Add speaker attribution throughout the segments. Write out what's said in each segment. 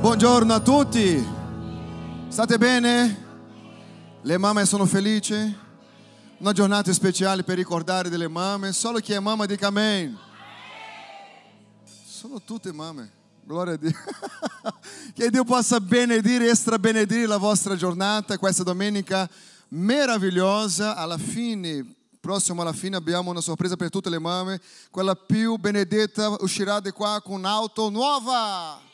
Speaker 1: Buongiorno a tutti. State bene? Le mamme sono felici? Una giornata speciale per ricordare delle mamme. Solo chi è mamma dica amen. Sono tutte mamme. Gloria a Dio. che Dio possa benedire e strabenedire la vostra giornata questa domenica meravigliosa. Alla fine, prossimo alla fine, abbiamo una sorpresa per tutte le mamme. Quella più benedetta uscirà di qua con un'auto nuova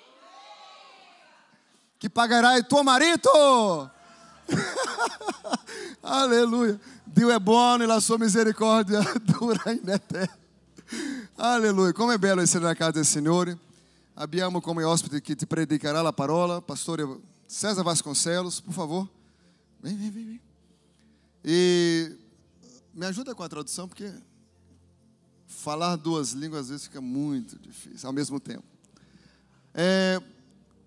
Speaker 1: que pagará é tuo marido. Aleluia. Deus é bom e la sua misericórdia dura in eterno. Aleluia. Como é belo essere na casa del Signore. Abbiamo come ospite é que te predicará a parola, pastor César Vasconcelos, por favor. Vem, vem, vem, vem. E me ajuda com a tradução, porque falar duas línguas às vezes fica muito difícil, ao mesmo tempo. É,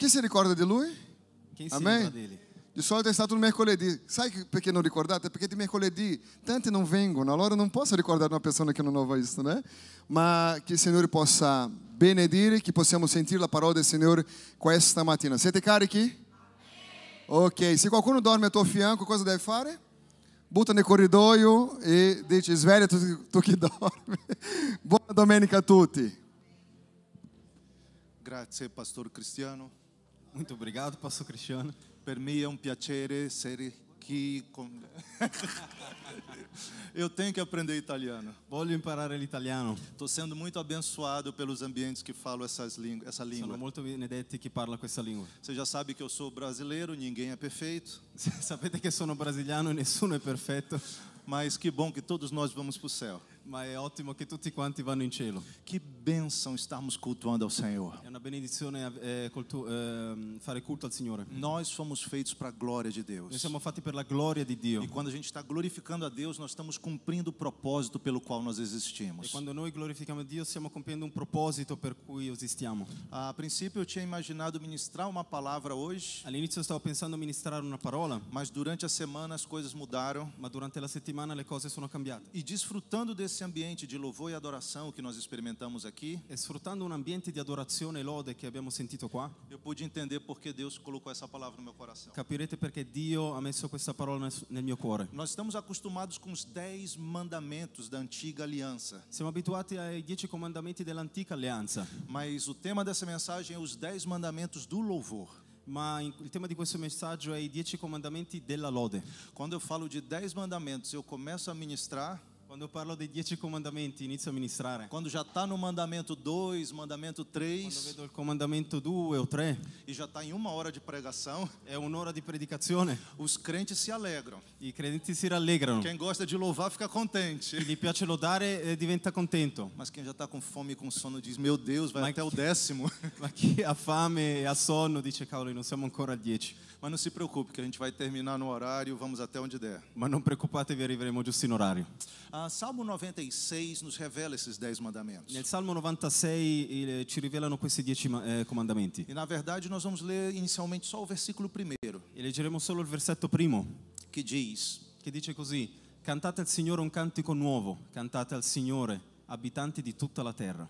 Speaker 1: Chi si ricorda di lui?
Speaker 2: Quem se
Speaker 1: Amém?
Speaker 2: lembra dele?
Speaker 1: Di solito è stato il mercoledì. Sai che- perché non ricordate? Perché di mercoledì tanti non vengono, allora non posso ricordare una persona che non ho visto, né? Ma che il Signore possa benedire, che possiamo sentire la parola del Signore questa mattina. Siete carichi? Ok, se qualcuno dorme a tuo fianco, cosa deve fare? Butta nel corridoio e dice sveglia tu, tu che dormi. Buona domenica a tutti.
Speaker 3: Grazie Pastor Cristiano,
Speaker 2: Muito obrigado, pastor Cristiano.
Speaker 3: per me è un piacere essere qui con... Eu tenho que aprender italiano.
Speaker 2: Voglio imparare l'italiano.
Speaker 3: Estou sendo muito abençoado pelos ambientes que falo essas língua, essa
Speaker 2: Sono
Speaker 3: língua.
Speaker 2: molto benedetti chi parla questa lingua.
Speaker 3: Você já sabe que eu sou brasileiro, ninguém é perfeito,
Speaker 2: Sapete che sono brasiliano e nessuno è perfetto,
Speaker 3: mas que bom que todos nós vamos para o céu.
Speaker 2: ma è ottimo che tutti quanti vanno in cielo.
Speaker 3: Que bênção estarmos cultuando ao Senhor.
Speaker 2: È una benedizione eh, col tuo- ehm, fare culto al Signore.
Speaker 3: Nós fomos feitos para a glória de Deus.
Speaker 2: Noi siamo fatti per la gloria di Dio.
Speaker 3: E quando a gente está glorificando a Deus, nós estamos cumprindo o propósito pelo qual nós
Speaker 2: E
Speaker 3: existimos.
Speaker 2: quando noi glorifichiamo Dio stiamo compiendo un proposito per cui esistiamo.
Speaker 3: A princípio eu tinha imaginado ministrar uma palavra hoje,
Speaker 2: All'inizio stavo pensando a ministrare una parola,
Speaker 3: mas durante a semana as coisas mudaram.
Speaker 2: ma durante la settimana le cose sono cambiate.
Speaker 3: E desfrutando desse ambiente de louvor e adoração que nós experimentamos aqui,
Speaker 2: E sfruttando un ambiente di adorazione e lode che abbiamo sentito qua,
Speaker 3: eu pude entender por que Deus colocou essa palavra no meu coração.
Speaker 2: capirete perché Dio ha messo questa parola nel- nel mio cuore.
Speaker 3: Nós estamos acostumados com os dez mandamentos da antiga aliança,
Speaker 2: Siamo abituati ai dieci comandamenti dell'antica alleanza,
Speaker 3: mas o tema dessa mensagem é os dez mandamentos do louvor.
Speaker 2: ma in- il tema di questo messaggio è i dieci comandamenti della lode.
Speaker 3: Quando eu falo de dez mandamentos, eu começo a ministrar.
Speaker 2: Quando parlo dei dieci comandamenti inizio a ministrare.
Speaker 3: Quando já está no mandamento 2, mandamento
Speaker 2: Quando
Speaker 3: 3,
Speaker 2: vedo il comandamento 2 o 3,
Speaker 3: e já está em uma hora de pregação,
Speaker 2: è un'ora di predicazione,
Speaker 3: os crentes se alegram.
Speaker 2: i credenti si rallegrano.
Speaker 3: Quem gosta de louvar fica contente.
Speaker 2: Chi gli piace lodare eh, diventa contento,
Speaker 3: Mas quem já está com fome e com sono diz: Meu Deus, vai
Speaker 2: Mas
Speaker 3: até o
Speaker 2: que-
Speaker 3: décimo.
Speaker 2: ma chi ha fame e ha sonno dice cavolo non siamo ancora al 10.
Speaker 3: Mas não se preocupe, que a gente vai terminar no horário, vamos até onde der.
Speaker 2: Ma non preoccupatevi, arriveremo giusto in orario.
Speaker 3: Ah, Salmo 96 nos revela esses dez mandamentos.
Speaker 2: Nel Salmo 96 il- ci rivelano questi dieci ma- eh, comandamenti.
Speaker 3: E na verdade, nós vamos ler inicialmente só o versículo primeiro,
Speaker 2: E leggeremo solo il versetto primo,
Speaker 3: que diz:
Speaker 2: che dice così: Cantate al Signore un cantico nuovo, cantate al Signore, abitanti di tutta la terra.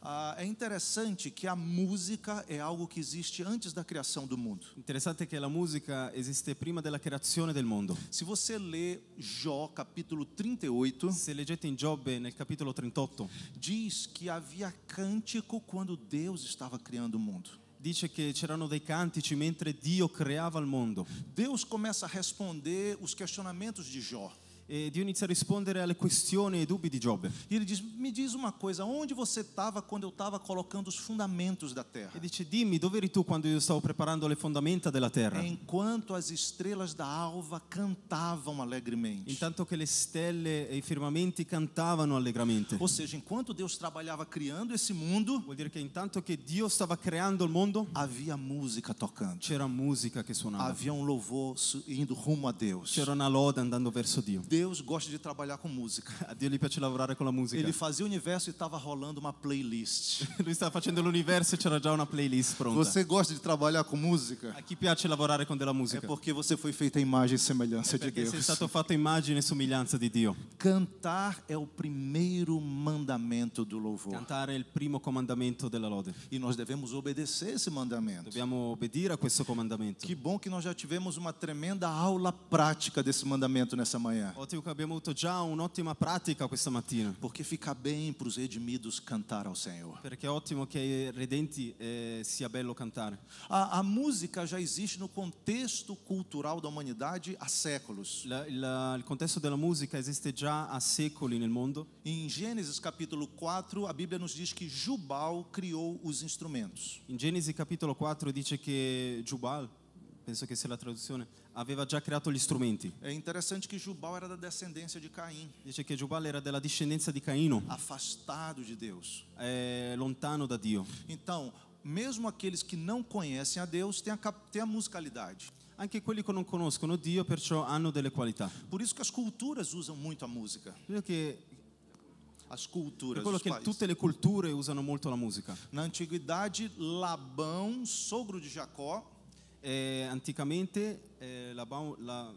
Speaker 3: ah, É interessante que a música é algo que existe antes da criação do mundo.
Speaker 2: Interessante che la musica esiste prima della creazione del mondo.
Speaker 3: Se você lê Jó, capítulo 38,
Speaker 2: Se leggete in Giobbe nel capitolo 38,
Speaker 3: diz que havia cântico quando Deus estava criando o mundo.
Speaker 2: dice che c'erano dei cantici mentre Dio creava il mondo.
Speaker 3: Deus começa a responder os questionamentos de Jó.
Speaker 2: E Dio inizia a rispondere alle questioni e ai dubbi di Giobbe.
Speaker 3: E ele diz: Me diz uma coisa, onde você estava quando eu estava colocando os fundamentos da
Speaker 2: E
Speaker 3: terra?
Speaker 2: dice, dimmi, dove eri tu quando io stavo preparando le fondamenta della terra?
Speaker 3: Enquanto as estrelas da alva cantavam alegremente.
Speaker 2: Intanto che le stelle e i firmamenti cantavano allegramente.
Speaker 3: Ou seja, enquanto Deus trabalhava criando esse mundo,
Speaker 2: Vuol dire che intanto che Dio stava creando il mondo,
Speaker 3: havia música tocando,
Speaker 2: c'era musica che suonava,
Speaker 3: havia um louvor su- indo rumo a Deus.
Speaker 2: c'era una lode andando verso Dio.
Speaker 3: Deus gosta de trabalhar com música.
Speaker 2: A Dio gli piace lavorare con la musica.
Speaker 3: Ele fazia o universo e estava rolando uma playlist.
Speaker 2: Lui stava facendo l'universo e c'era già una playlist pronta.
Speaker 3: Você gosta de trabalhar com música?
Speaker 2: A chi piace lavorare con della
Speaker 3: É
Speaker 2: musica?
Speaker 3: porque você foi feita a imagem e semelhança de
Speaker 2: Perché sei
Speaker 3: Deus.
Speaker 2: stato fatto immagine e somiglianza di Dio.
Speaker 3: Cantar é o primeiro mandamento do louvor.
Speaker 2: Cantare è il primo comandamento della lode.
Speaker 3: E nós devemos obedecer esse mandamento.
Speaker 2: Dobbiamo obbedire a questo comandamento.
Speaker 3: Que bom que nós já tivemos uma tremenda aula prática desse mandamento nessa manhã.
Speaker 2: Ottimo che abbiamo avuto già un'ottima pratica questa mattina.
Speaker 3: Porque fica bem para os redimidos cantar ao Senhor.
Speaker 2: Perché è ottimo che ai redenti eh, sia bello cantare.
Speaker 3: A, a música já existe no contexto cultural da humanidade há séculos.
Speaker 2: La- il- il contesto della musica esiste già a secoli nel mondo.
Speaker 3: Em Gênesis capítulo 4, a Bíblia nos diz que Jubal criou os instrumentos.
Speaker 2: In Genesi capitolo 4 dice che Giubal, penso che sia la traduzione, aveva già creato gli strumenti.
Speaker 3: É interessante que Jubal era da descendência de Caim,
Speaker 2: Dice che Giubal era della discendenza di Caino,
Speaker 3: afastado de Deus.
Speaker 2: eh, lontano da Dio.
Speaker 3: Então, mesmo aqueles que não conhecem a Deus têm a, cap- têm a musicalidade.
Speaker 2: Anche quelli che non conoscono Dio perciò hanno delle qualità.
Speaker 3: Por isso que as culturas usam muito a música.
Speaker 2: Quello che-
Speaker 3: As
Speaker 2: per
Speaker 3: culturas,
Speaker 2: quello
Speaker 3: os
Speaker 2: che
Speaker 3: países.
Speaker 2: tutte le culture usano molto la musica.
Speaker 3: Na antiguidade, Labão, sogro de Jacó,
Speaker 2: Eh, anticamente eh, Labao- la-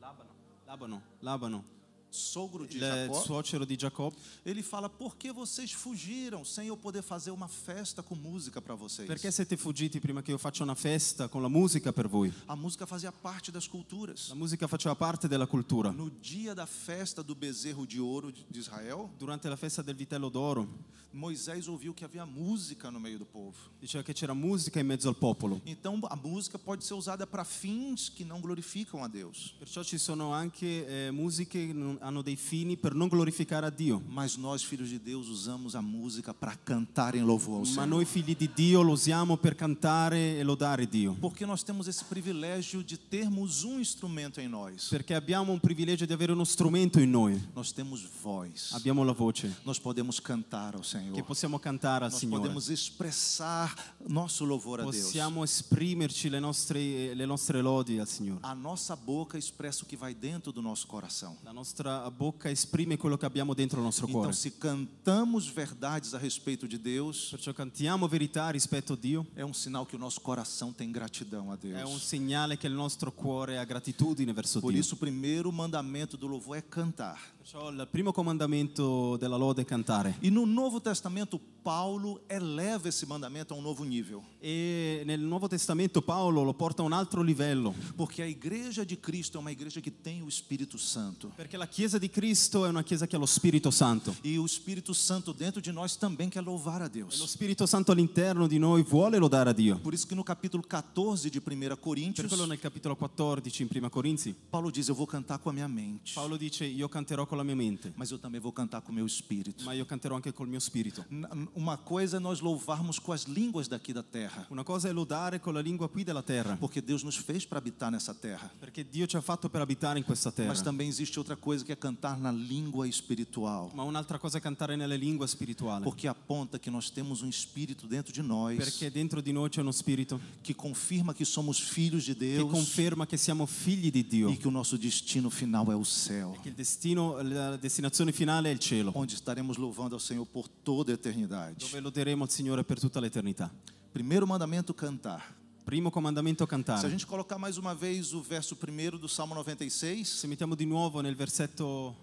Speaker 2: Labano, Labano, Labano,
Speaker 3: sogro de
Speaker 2: il
Speaker 3: Jacó,
Speaker 2: suocero di Giacobbe,
Speaker 3: Ele fala: Por que vocês fugiram sem eu poder fazer uma festa com música para vocês?
Speaker 2: perché siete fuggiti prima che io faccia una festa con la musica per voi?
Speaker 3: a música fazia parte das culturas.
Speaker 2: La musica faceva parte della cultura.
Speaker 3: No dia da festa do bezerro de ouro de de Israel,
Speaker 2: Durante la festa del vitello d'oro
Speaker 3: Moisés ouviu que havia música no meio do povo.
Speaker 2: diceva che c'era musica in mezzo al popolo.
Speaker 3: Então a música pode ser usada para fins que não glorificam a Deus.
Speaker 2: Perciò ci sono anche eh, musiche che non- hanno dei fini per non glorificare a Dio.
Speaker 3: Mas nós, filhos de Deus, usamos a música para cantar em louvor ao
Speaker 2: Ma
Speaker 3: Senhor.
Speaker 2: noi figli di Dio lo usiamo per cantare e lodare Dio.
Speaker 3: Porque nós temos esse privilégio de termos um instrumento em nós.
Speaker 2: Perché abbiamo un privilegio di avere uno strumento in noi.
Speaker 3: Nós temos voz.
Speaker 2: Abbiamo la voce
Speaker 3: Nós podemos cantar ao Senhor.
Speaker 2: che possiamo cantare al
Speaker 3: Nós
Speaker 2: Signore.
Speaker 3: podemos expressar nosso louvor a Deus.
Speaker 2: Possiamo esprimerci le nostre, le nostre lodi al Signore.
Speaker 3: A nossa boca expressa o que vai dentro do nosso coração.
Speaker 2: La nostra bocca esprime quello che abbiamo dentro il nostro
Speaker 3: Então,
Speaker 2: cuore.
Speaker 3: se cantamos verdades a respeito de Deus,
Speaker 2: Perciò cantiamo verità rispetto a Dio.
Speaker 3: é um sinal que o nosso coração tem gratidão a
Speaker 2: È un
Speaker 3: Deus.
Speaker 2: segnale che il nostro cuore ha gratitudine verso
Speaker 3: Por
Speaker 2: Dio.
Speaker 3: isso, o primeiro mandamento do louvor é cantar.
Speaker 2: Perciò il primo comandamento della lode è cantare.
Speaker 3: E no Novo Testamento, Paulo eleva esse mandamento a um novo nível.
Speaker 2: E nel Nuovo Testamento Paolo lo porta a un altro livello,
Speaker 3: Porque a igreja de Cristo é uma igreja que tem o Espírito Santo.
Speaker 2: perché la Chiesa di Cristo è una Chiesa che ha lo Spirito Santo.
Speaker 3: E o Espírito Santo dentro de nós também quer louvar a
Speaker 2: E lo
Speaker 3: Deus.
Speaker 2: Spirito Santo all'interno di noi vuole lodare a Dio.
Speaker 3: Por isso que no capítulo 14 de 1
Speaker 2: Per
Speaker 3: Coríntios,
Speaker 2: quello nel capitolo 14 in prima Corinzi,
Speaker 3: Paulo diz: Eu vou cantar com a minha mente,
Speaker 2: Paolo dice io canterò con la mia mente,
Speaker 3: mas eu também vou cantar com o meu espírito.
Speaker 2: ma io canterò anche col mio spirito.
Speaker 3: N- Uma coisa é nós louvarmos com as línguas daqui da terra,
Speaker 2: Una cosa è lodare con la lingua qui della terra,
Speaker 3: porque Deus nos fez para habitar nessa terra.
Speaker 2: perché Dio ci ha fatto per abitare in questa
Speaker 3: Mas
Speaker 2: terra.
Speaker 3: também existe outra coisa que é cantar na língua espiritual,
Speaker 2: Ma un'altra cosa è cantare nella lingua spirituale.
Speaker 3: porque aponta que nós temos um espírito dentro de nós
Speaker 2: Perché dentro di noi c'è uno spirito
Speaker 3: que confirma que somos filhos de
Speaker 2: che
Speaker 3: Deus
Speaker 2: conferma che siamo figli di Dio,
Speaker 3: e que o nosso destino final é o céu,
Speaker 2: che il destino, la destinazione finale è il cielo,
Speaker 3: onde estaremos louvando ao Senhor por toda a eternidade.
Speaker 2: dove loderemo il Signore per tutta l'eternità.
Speaker 3: Primeiro mandamento: cantar.
Speaker 2: Primo comandamento
Speaker 3: Se a
Speaker 2: cantare.
Speaker 3: gente colocar mais uma vez o verso primeiro do Salmo 96,
Speaker 2: Se mettiamo di nuovo nel versetto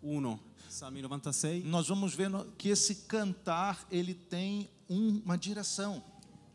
Speaker 2: 1, Salmi 96,
Speaker 3: nós vamos ver no- que esse cantar ele tem um- uma direção.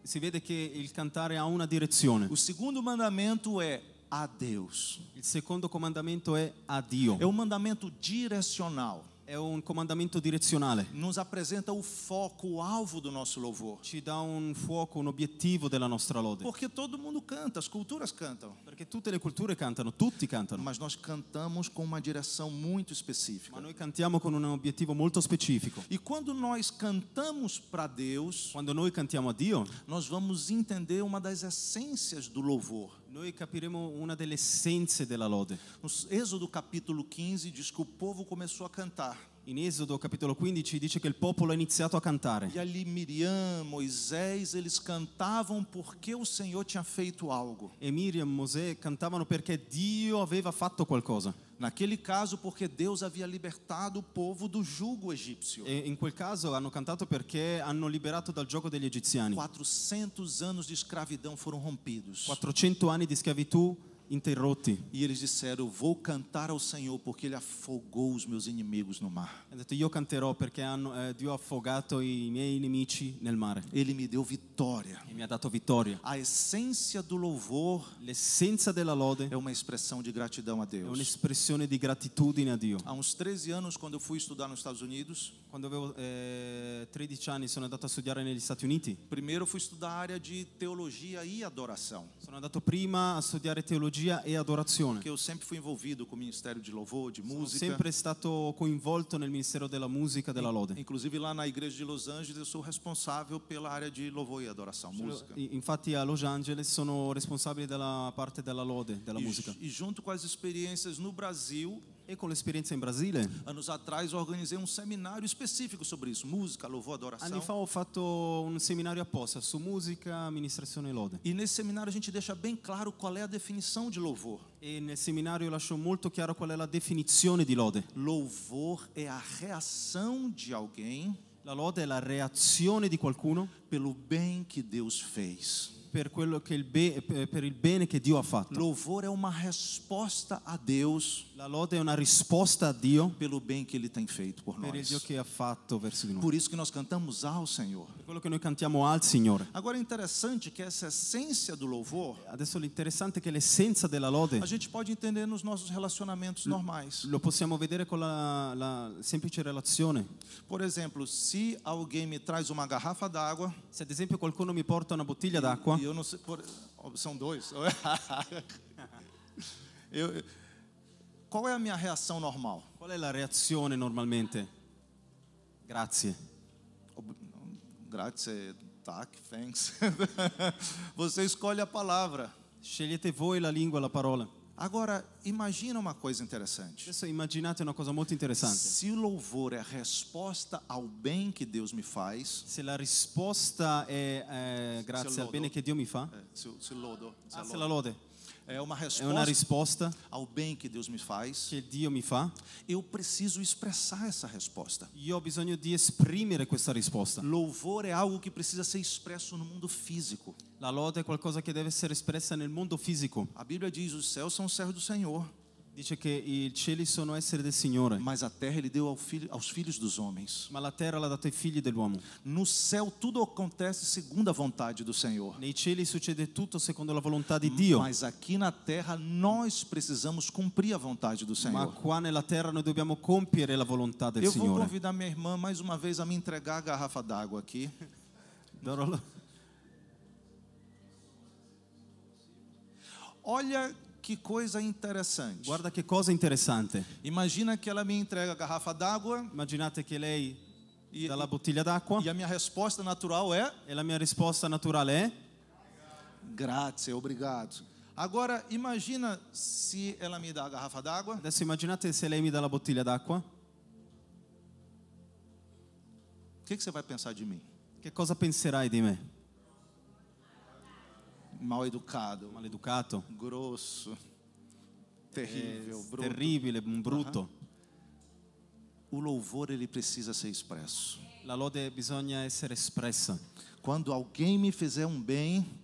Speaker 2: si vede che il cantare ha una direzione.
Speaker 3: O segundo mandamento é a Deus.
Speaker 2: Il secondo comandamento è a Dio.
Speaker 3: É um mandamento direcional.
Speaker 2: È un comandamento direzionale.
Speaker 3: Nos apresenta o foco, o alvo do nosso louvor.
Speaker 2: Ci dà un fuoco, un obiettivo della nostra lode.
Speaker 3: Porque todo mundo canta, as culturas cantam,
Speaker 2: Perché tutte le culture cantano, tutti cantano.
Speaker 3: mas nós cantamos com uma direção muito
Speaker 2: Ma
Speaker 3: específica.
Speaker 2: noi cantiamo con un obiettivo molto specifico.
Speaker 3: E quando nós cantamos para Deus,
Speaker 2: Quando noi cantiamo a Dio,
Speaker 3: nós vamos entender uma das essências do louvor.
Speaker 2: noi capiremo una delle essenze della lode.
Speaker 3: No Êxodo capítulo 15 diz que o povo começou a cantar.
Speaker 2: In Esodo capitolo 15 dice che il popolo ha iniziato a cantare.
Speaker 3: E ali Miriam, Moisés, eles cantavam porque o Senhor tinha feito algo.
Speaker 2: E Miriam e Mosè cantavano perché Dio aveva fatto qualcosa.
Speaker 3: Naquele caso, porque Deus havia libertado o povo do jugo egípcio.
Speaker 2: E in quel caso hanno cantato perché hanno liberato dal gioco degli egiziani.
Speaker 3: 400 anos de escravidão foram rompidos.
Speaker 2: 400 anni di schiavitù interrotti.
Speaker 3: E eles disseram: Vou cantar ao Senhor, porque Ele afogou os meus inimigos no mar.
Speaker 2: Ha detto io canterò perché hanno- eh, Dio ha affogato i miei nemici nel mare
Speaker 3: Ele me deu vitória.
Speaker 2: e mi ha dato vittoria.
Speaker 3: A essência do louvor
Speaker 2: L'essenza della lode
Speaker 3: é uma expressão de gratidão a
Speaker 2: è
Speaker 3: Deus.
Speaker 2: un'espressione di gratitudine a Dio.
Speaker 3: Há uns 13 anos, quando eu fui estudar nos Estados Unidos,
Speaker 2: Quando avevo eh, 13 anni sono andato a studiare negli Stati Uniti.
Speaker 3: primeiro eu fui estudar a área de teologia e adoração,
Speaker 2: Sono andato prima a studiare teologia e adorazione.
Speaker 3: porque eu sempre fui envolvido com o ministério de louvor, de
Speaker 2: Sono
Speaker 3: música.
Speaker 2: sempre stato coinvolto nel ministero della musica e della lode.
Speaker 3: Inclusive lá na igreja de Los Angeles, eu sou responsável pela área de louvor e adoração, música.
Speaker 2: I- Infatti a Los Angeles sono responsabile della parte della lode, della
Speaker 3: E,
Speaker 2: musica.
Speaker 3: e junto com as experiências no Brasil,
Speaker 2: E con l'esperienza in Brasile,
Speaker 3: anos atrás, eu organizei um seminário específico sobre isso, música, louvor, adoração.
Speaker 2: anni fa ho fatto un seminario apposta su musica, amministrazione e lode.
Speaker 3: E nesse seminário a gente deixa bem claro qual é a definição de louvor.
Speaker 2: E nel seminario lascio molto chiaro qual è la definizione di lode.
Speaker 3: Louvor é a reação de alguém
Speaker 2: La lode è la reazione di qualcuno
Speaker 3: pelo bem que Deus fez.
Speaker 2: per, quello che il be- eh, per il bene che Dio ha fatto.
Speaker 3: Louvor é uma resposta a Deus
Speaker 2: La lode è una risposta a Dio
Speaker 3: pelo bem que ele tem feito por
Speaker 2: per il Dio
Speaker 3: nós.
Speaker 2: che ha fatto verso di noi.
Speaker 3: Por isso que nós cantamos ao Senhor.
Speaker 2: Per quello che noi cantiamo al Signore.
Speaker 3: Agora é interessante que essa essência do louvor
Speaker 2: Adesso l'interessante è che l'essenza della lode
Speaker 3: a gente pode entender nos nossos relacionamentos normais.
Speaker 2: lo possiamo vedere con la, la semplice relazione.
Speaker 3: Por exemplo, se alguém me traz uma garrafa d'água
Speaker 2: Se ad esempio qualcuno mi porta una bottiglia d'acqua,
Speaker 3: e eu não sei, por- oh, são dois. Eu- qual é a minha reação normal?
Speaker 2: qual è la reazione normalmente? Grazie.
Speaker 3: Ob- Grazie, tac, thanks. Você escolhe a palavra.
Speaker 2: Scegliete voi la lingua, la parola.
Speaker 3: Agora, imagina uma coisa interessante.
Speaker 2: Adesso immaginate una cosa molto interessante.
Speaker 3: Se o louvor é a resposta ao bem que Deus me faz,
Speaker 2: Se la risposta è eh,
Speaker 3: Se
Speaker 2: grazie
Speaker 3: lodo.
Speaker 2: al bene che Dio mi fa,
Speaker 3: é, se, se lodo, se
Speaker 2: ah, se la
Speaker 3: lodo-
Speaker 2: lode
Speaker 3: é uma
Speaker 2: è una
Speaker 3: resposta
Speaker 2: risposta
Speaker 3: ao bem que Deus me faz,
Speaker 2: che Dio mi fa,
Speaker 3: eu preciso expressar essa resposta.
Speaker 2: io ho bisogno di esprimere questa risposta.
Speaker 3: Louvor é algo que precisa ser expresso no mundo físico.
Speaker 2: La lode è qualcosa che deve essere espressa nel mondo fisico.
Speaker 3: A Bíblia diz: os céus são os servos do Senhor,
Speaker 2: Dice che i cieli sono esseri del Signore,
Speaker 3: mas a terra Ele deu ao filho- aos filhos dos homens.
Speaker 2: ma la terra l'ha data ai figli dell'uomo.
Speaker 3: No céu tudo acontece segundo a vontade do Senhor.
Speaker 2: Nei cieli succede tutto secondo la volontà di Dio,
Speaker 3: Mas aqui na terra nós precisamos cumprir a vontade do
Speaker 2: ma
Speaker 3: Senhor.
Speaker 2: qua nella terra noi dobbiamo compiere la volontà del
Speaker 3: Eu vou
Speaker 2: Signore.
Speaker 3: convidar minha irmã mais uma vez a me entregar a garrafa d'água aqui.
Speaker 2: Darò la-
Speaker 3: Olha que coisa interessante.
Speaker 2: Guarda che cosa interessante.
Speaker 3: Imagina que ela me entrega a garrafa d'água
Speaker 2: Immaginate che lei
Speaker 3: e,
Speaker 2: dà la bottiglia d'acqua
Speaker 3: e a minha resposta natural é
Speaker 2: e la mia risposta naturale è
Speaker 3: grazie, é obrigado. Agora imagina se ela me dá a garrafa d'água
Speaker 2: Adesso immaginate se lei mi dà la bottiglia d'acqua,
Speaker 3: O que, que você vai pensar de mim?
Speaker 2: che cosa penserai di me?
Speaker 3: Mal educado,
Speaker 2: Maleducato,
Speaker 3: grosso,
Speaker 2: É,
Speaker 3: terrível, bruto.
Speaker 2: terribile, un brutto.
Speaker 3: O louvor ele precisa ser expresso.
Speaker 2: La lode bisogna essere espressa.
Speaker 3: Quando alguém me fizer um bem,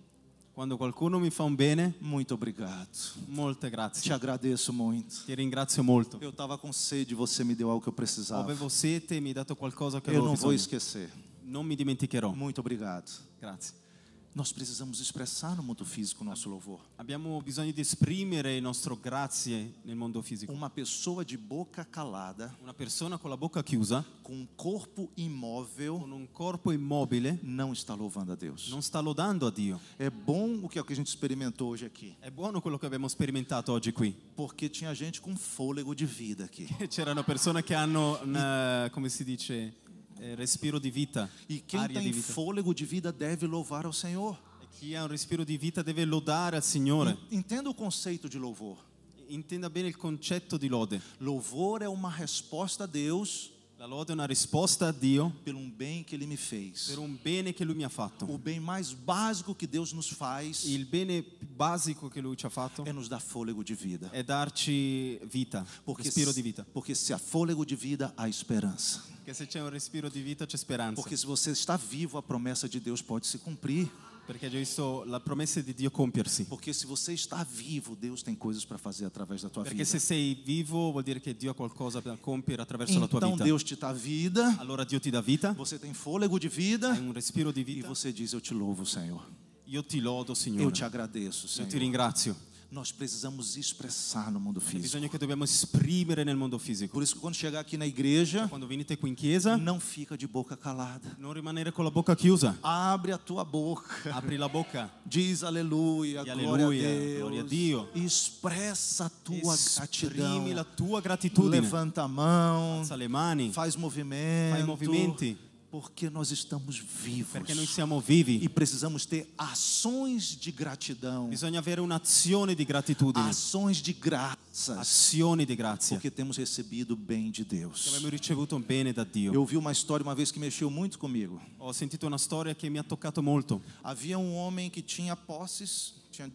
Speaker 2: Quando qualcuno mi fa un bene,
Speaker 3: muito obrigado.
Speaker 2: molte
Speaker 3: Te
Speaker 2: grazie.
Speaker 3: agradeço muito.
Speaker 2: Ti ringrazio molto.
Speaker 3: Eu estava com sede, você me deu algo que eu precisava.
Speaker 2: Avevo sete e mi hai dato qualcosa che
Speaker 3: Eu
Speaker 2: avevo
Speaker 3: não vou
Speaker 2: bisogno.
Speaker 3: esquecer.
Speaker 2: Non mi dimenticherò.
Speaker 3: Muito obrigado.
Speaker 2: Grazie.
Speaker 3: Nós precisamos expressar no mundo físico o nosso louvor.
Speaker 2: Abbiamo bisogno di esprimere il nostro grazie nel mondo fisico.
Speaker 3: Uma pessoa de boca calada,
Speaker 2: Una persona con la bocca chiusa,
Speaker 3: com um corpo imóvel,
Speaker 2: con un corpo immobile,
Speaker 3: não está louvando a Deus.
Speaker 2: non sta lodando a Dio.
Speaker 3: É bom o que a gente experimentou hoje aqui,
Speaker 2: È buono quello che abbiamo sperimentato oggi qui.
Speaker 3: porque tinha gente com fôlego de vida aqui.
Speaker 2: C'erano persone che hanno, un, eh, come si dice, eh, respiro di vita,
Speaker 3: E quem
Speaker 2: aria di
Speaker 3: tem
Speaker 2: vita.
Speaker 3: fôlego de vida deve louvar ao Senhor.
Speaker 2: E Chi ha un respiro di vita deve lodare al Signore.
Speaker 3: Entenda o conceito de louvor.
Speaker 2: Intenda bene il concetto di lode.
Speaker 3: Louvor é uma resposta a Deus
Speaker 2: La lode è una risposta a Dio
Speaker 3: pelo um bem que ele me fez.
Speaker 2: per un bene che Lui mi ha fatto.
Speaker 3: O bem mais básico que Deus nos faz
Speaker 2: Il bene più basico che Lui ci ha fatto
Speaker 3: é nos dar fôlego de vida.
Speaker 2: è darci vita, respiro di vita.
Speaker 3: porque se há fôlego de vida, há esperança.
Speaker 2: Perché se c'è un respiro di vita c'è speranza.
Speaker 3: Porque se você está vivo, a promessa de Deus pode se cumprir.
Speaker 2: Perché ho visto la promessa di Dio compiersi.
Speaker 3: Porque se você está vivo, Deus tem coisas para fazer através da tua
Speaker 2: Perché se
Speaker 3: vida.
Speaker 2: sei vivo vuol dire che Dio ha qualcosa da compiere attraverso la tua
Speaker 3: Então
Speaker 2: vita.
Speaker 3: Deus te dá vida,
Speaker 2: Allora Dio ti dà vita,
Speaker 3: você tem fôlego de vida
Speaker 2: hai un respiro di
Speaker 3: e
Speaker 2: vita.
Speaker 3: você diz: Eu te louvo, Senhor.
Speaker 2: Io ti lodo,
Speaker 3: Eu te
Speaker 2: Signore.
Speaker 3: agradeço,
Speaker 2: Io ti
Speaker 3: Senhor.
Speaker 2: ringrazio.
Speaker 3: Nós precisamos expressar no mundo
Speaker 2: Il
Speaker 3: físico.
Speaker 2: bisogno che dobbiamo esprimere nel mondo fisico.
Speaker 3: Por isso, que quando chegar aqui na igreja,
Speaker 2: Quando venite qui in chiesa,
Speaker 3: não fica de boca calada.
Speaker 2: non rimanere con la bocca chiusa.
Speaker 3: Abre a tua boca.
Speaker 2: Apri la bocca,
Speaker 3: Diz aleluia,
Speaker 2: E
Speaker 3: glória a
Speaker 2: aleluia,
Speaker 3: Deus.
Speaker 2: glória a Dio.
Speaker 3: Expressa a tua gratidão.
Speaker 2: esprimi la tua gratitudine.
Speaker 3: Levanta a mão,
Speaker 2: Alza le mani,
Speaker 3: faz movimento.
Speaker 2: Faz movimento.
Speaker 3: Porque nós estamos vivos.
Speaker 2: perché noi siamo vivi.
Speaker 3: E precisamos ter ações de gratidão,
Speaker 2: Mm. Bisogna avere un'azione di gratitudine,
Speaker 3: ações de graças,
Speaker 2: azioni di grazia.
Speaker 3: porque temos recebido o bem é. de
Speaker 2: che
Speaker 3: Deus.
Speaker 2: abbiamo ricevuto un bene da Dio.
Speaker 3: Eu ouvi uma história uma vez que mexeu muito comigo.
Speaker 2: Ho sentito una storia che mi ha toccato molto.
Speaker 3: Havia um homem que tinha posses, tinha,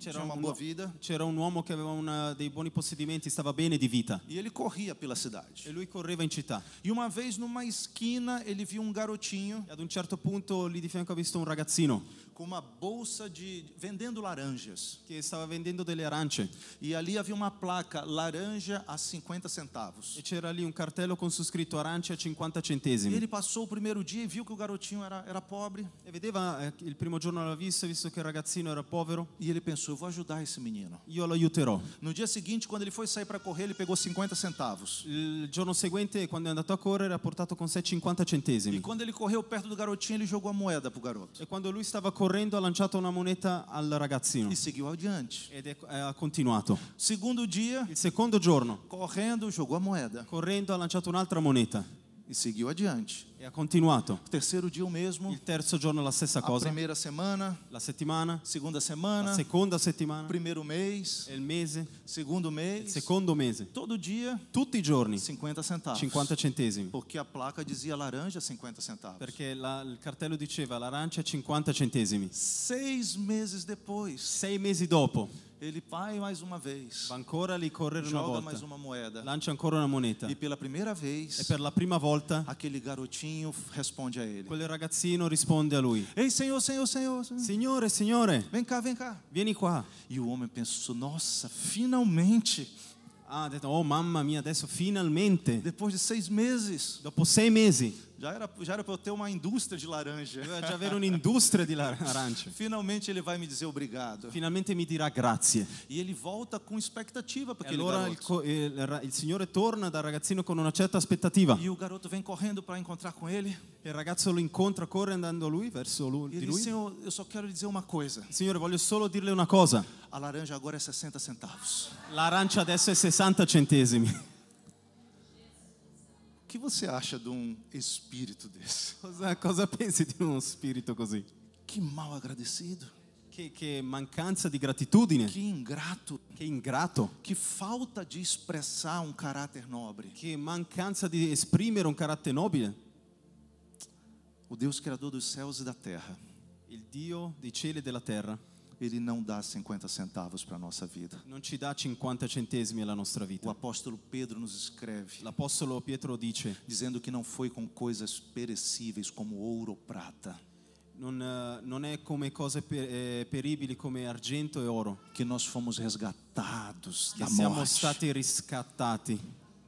Speaker 3: tinha
Speaker 2: C'era
Speaker 3: uma
Speaker 2: un,
Speaker 3: boa vida,
Speaker 2: c'era un uomo che aveva una- dei buoni possedimenti, stava bene di vita
Speaker 3: e ele corria pela
Speaker 2: e
Speaker 3: cidade.
Speaker 2: lui correva in città.
Speaker 3: E uma vez, numa esquina, ele viu um garotinho
Speaker 2: E ad un certo punto lì di fianco ha visto un ragazzino
Speaker 3: com uma bolsa de. vendendo laranjas.
Speaker 2: che stava vendendo delle arance
Speaker 3: E ali havia uma placa, laranja a 50 centavos.
Speaker 2: e c'era lì un cartello con su scritto arance a 50
Speaker 3: E
Speaker 2: centesimi.
Speaker 3: ele passou o primeiro dia e viu que o garotinho era, era pobre.
Speaker 2: E vedeva eh, il primo giorno l'ha visto, visto che il ragazzino era povero,
Speaker 3: E ele pensou: eu vou ajudar esse menino.
Speaker 2: io lo aiuterò.
Speaker 3: No dia seguinte, quando ele foi sair para correr, ele pegou 50 centavos.
Speaker 2: Il giorno seguente, quando è andato a correre, ha portato con sé 50
Speaker 3: E
Speaker 2: centesimi.
Speaker 3: quando ele correu perto do garotinho, ele jogou a moeda pro garoto.
Speaker 2: E Cioè, quando lui stava correndo ha lanciato una moneta al ragazzino.
Speaker 3: E seguiu adiante.
Speaker 2: Ed è, eh, ha continuato.
Speaker 3: Segundo dia,
Speaker 2: Il secondo giorno,
Speaker 3: correndo, jogou a moeda.
Speaker 2: correndo, ha lanciato un'altra moneta
Speaker 3: E seguiu adiante.
Speaker 2: e ha continuato.
Speaker 3: Terceiro dia, o mesmo.
Speaker 2: Il terzo giorno la stessa
Speaker 3: A
Speaker 2: cosa.
Speaker 3: primeira semana,
Speaker 2: La settimana,
Speaker 3: segunda
Speaker 2: la
Speaker 3: semana,
Speaker 2: seconda settimana,
Speaker 3: primeiro mês,
Speaker 2: e il mese,
Speaker 3: segundo
Speaker 2: il
Speaker 3: mês.
Speaker 2: secondo mese.
Speaker 3: Todo dia,
Speaker 2: Tutti i giorni
Speaker 3: 50 centavos.
Speaker 2: 50 centesimi.
Speaker 3: Porque a placa dizia laranja 50 centavos.
Speaker 2: Perché la- il cartello diceva l'arancia 50 centesimi.
Speaker 3: Seis meses depois,
Speaker 2: Sei mesi dopo
Speaker 3: ele vai mais uma vez,
Speaker 2: va ancora lì a correre una
Speaker 3: joga mais
Speaker 2: volta,
Speaker 3: uma moeda.
Speaker 2: lancia ancora una moneta
Speaker 3: E
Speaker 2: e
Speaker 3: pela primeira vez,
Speaker 2: É per la prima volta
Speaker 3: aquele garotinho responde a ele:
Speaker 2: quel ragazzino risponde a lui.
Speaker 3: Ei, Senhor, Senhor, Senhor, Senhor,
Speaker 2: Signore, signore,
Speaker 3: vem cá, vem cá.
Speaker 2: vieni qua.
Speaker 3: E o homem pensou: Nossa, finalmente,
Speaker 2: Ah, ha detto, oh mamma mia, adesso finalmente,
Speaker 3: depois de seis meses,
Speaker 2: dopo sei mesi,
Speaker 3: já era já era para eu ter uma indústria de laranja.
Speaker 2: doveva già avere un'industria di lar- arance.
Speaker 3: Finalmente ele vai me dizer obrigado.
Speaker 2: Finalmente mi dirà grazie.
Speaker 3: E ele volta com expectativa tá
Speaker 2: E
Speaker 3: para aquele
Speaker 2: allora il,
Speaker 3: garoto.
Speaker 2: co- il ra- il signore torna dal ragazzino con una certa aspettativa.
Speaker 3: E o garoto vem correndo para encontrar com ele.
Speaker 2: Il ragazzo lo incontra, corre andando lui, verso lui,
Speaker 3: E
Speaker 2: di
Speaker 3: ele diz:
Speaker 2: lui.
Speaker 3: Senhor, eu só quero lhe dizer uma coisa.
Speaker 2: Signore, voglio solo dirle una cosa.
Speaker 3: A laranja agora é 60 centavos.
Speaker 2: L'arancia adesso è 60 centesimi.
Speaker 3: O que você acha de um espírito desse?
Speaker 2: Cosa, cosa pensi di uno spirito così?
Speaker 3: Que mal agradecido,
Speaker 2: Che, che mancanza di gratitudine,
Speaker 3: que ingrato,
Speaker 2: che ingrato,
Speaker 3: que falta de expressar um caráter nobre.
Speaker 2: che mancanza di esprimere un carattere nobile.
Speaker 3: O Deus criador dos céus e da terra,
Speaker 2: Il Dio dei cieli e della terra
Speaker 3: ele não dá 50 centavos para a nossa vida.
Speaker 2: non ci dà 50 centesimi alla nostra
Speaker 3: O
Speaker 2: vita.
Speaker 3: apóstolo Pedro nos escreve
Speaker 2: L'Apostolo Pietro dice,
Speaker 3: dizendo que não foi com coisas perecíveis como ouro ou prata
Speaker 2: non, eh, non è come cose per- eh, peribili come argento e oro,
Speaker 3: que nós fomos resgatados
Speaker 2: che
Speaker 3: da
Speaker 2: siamo
Speaker 3: morte,
Speaker 2: stati riscattati,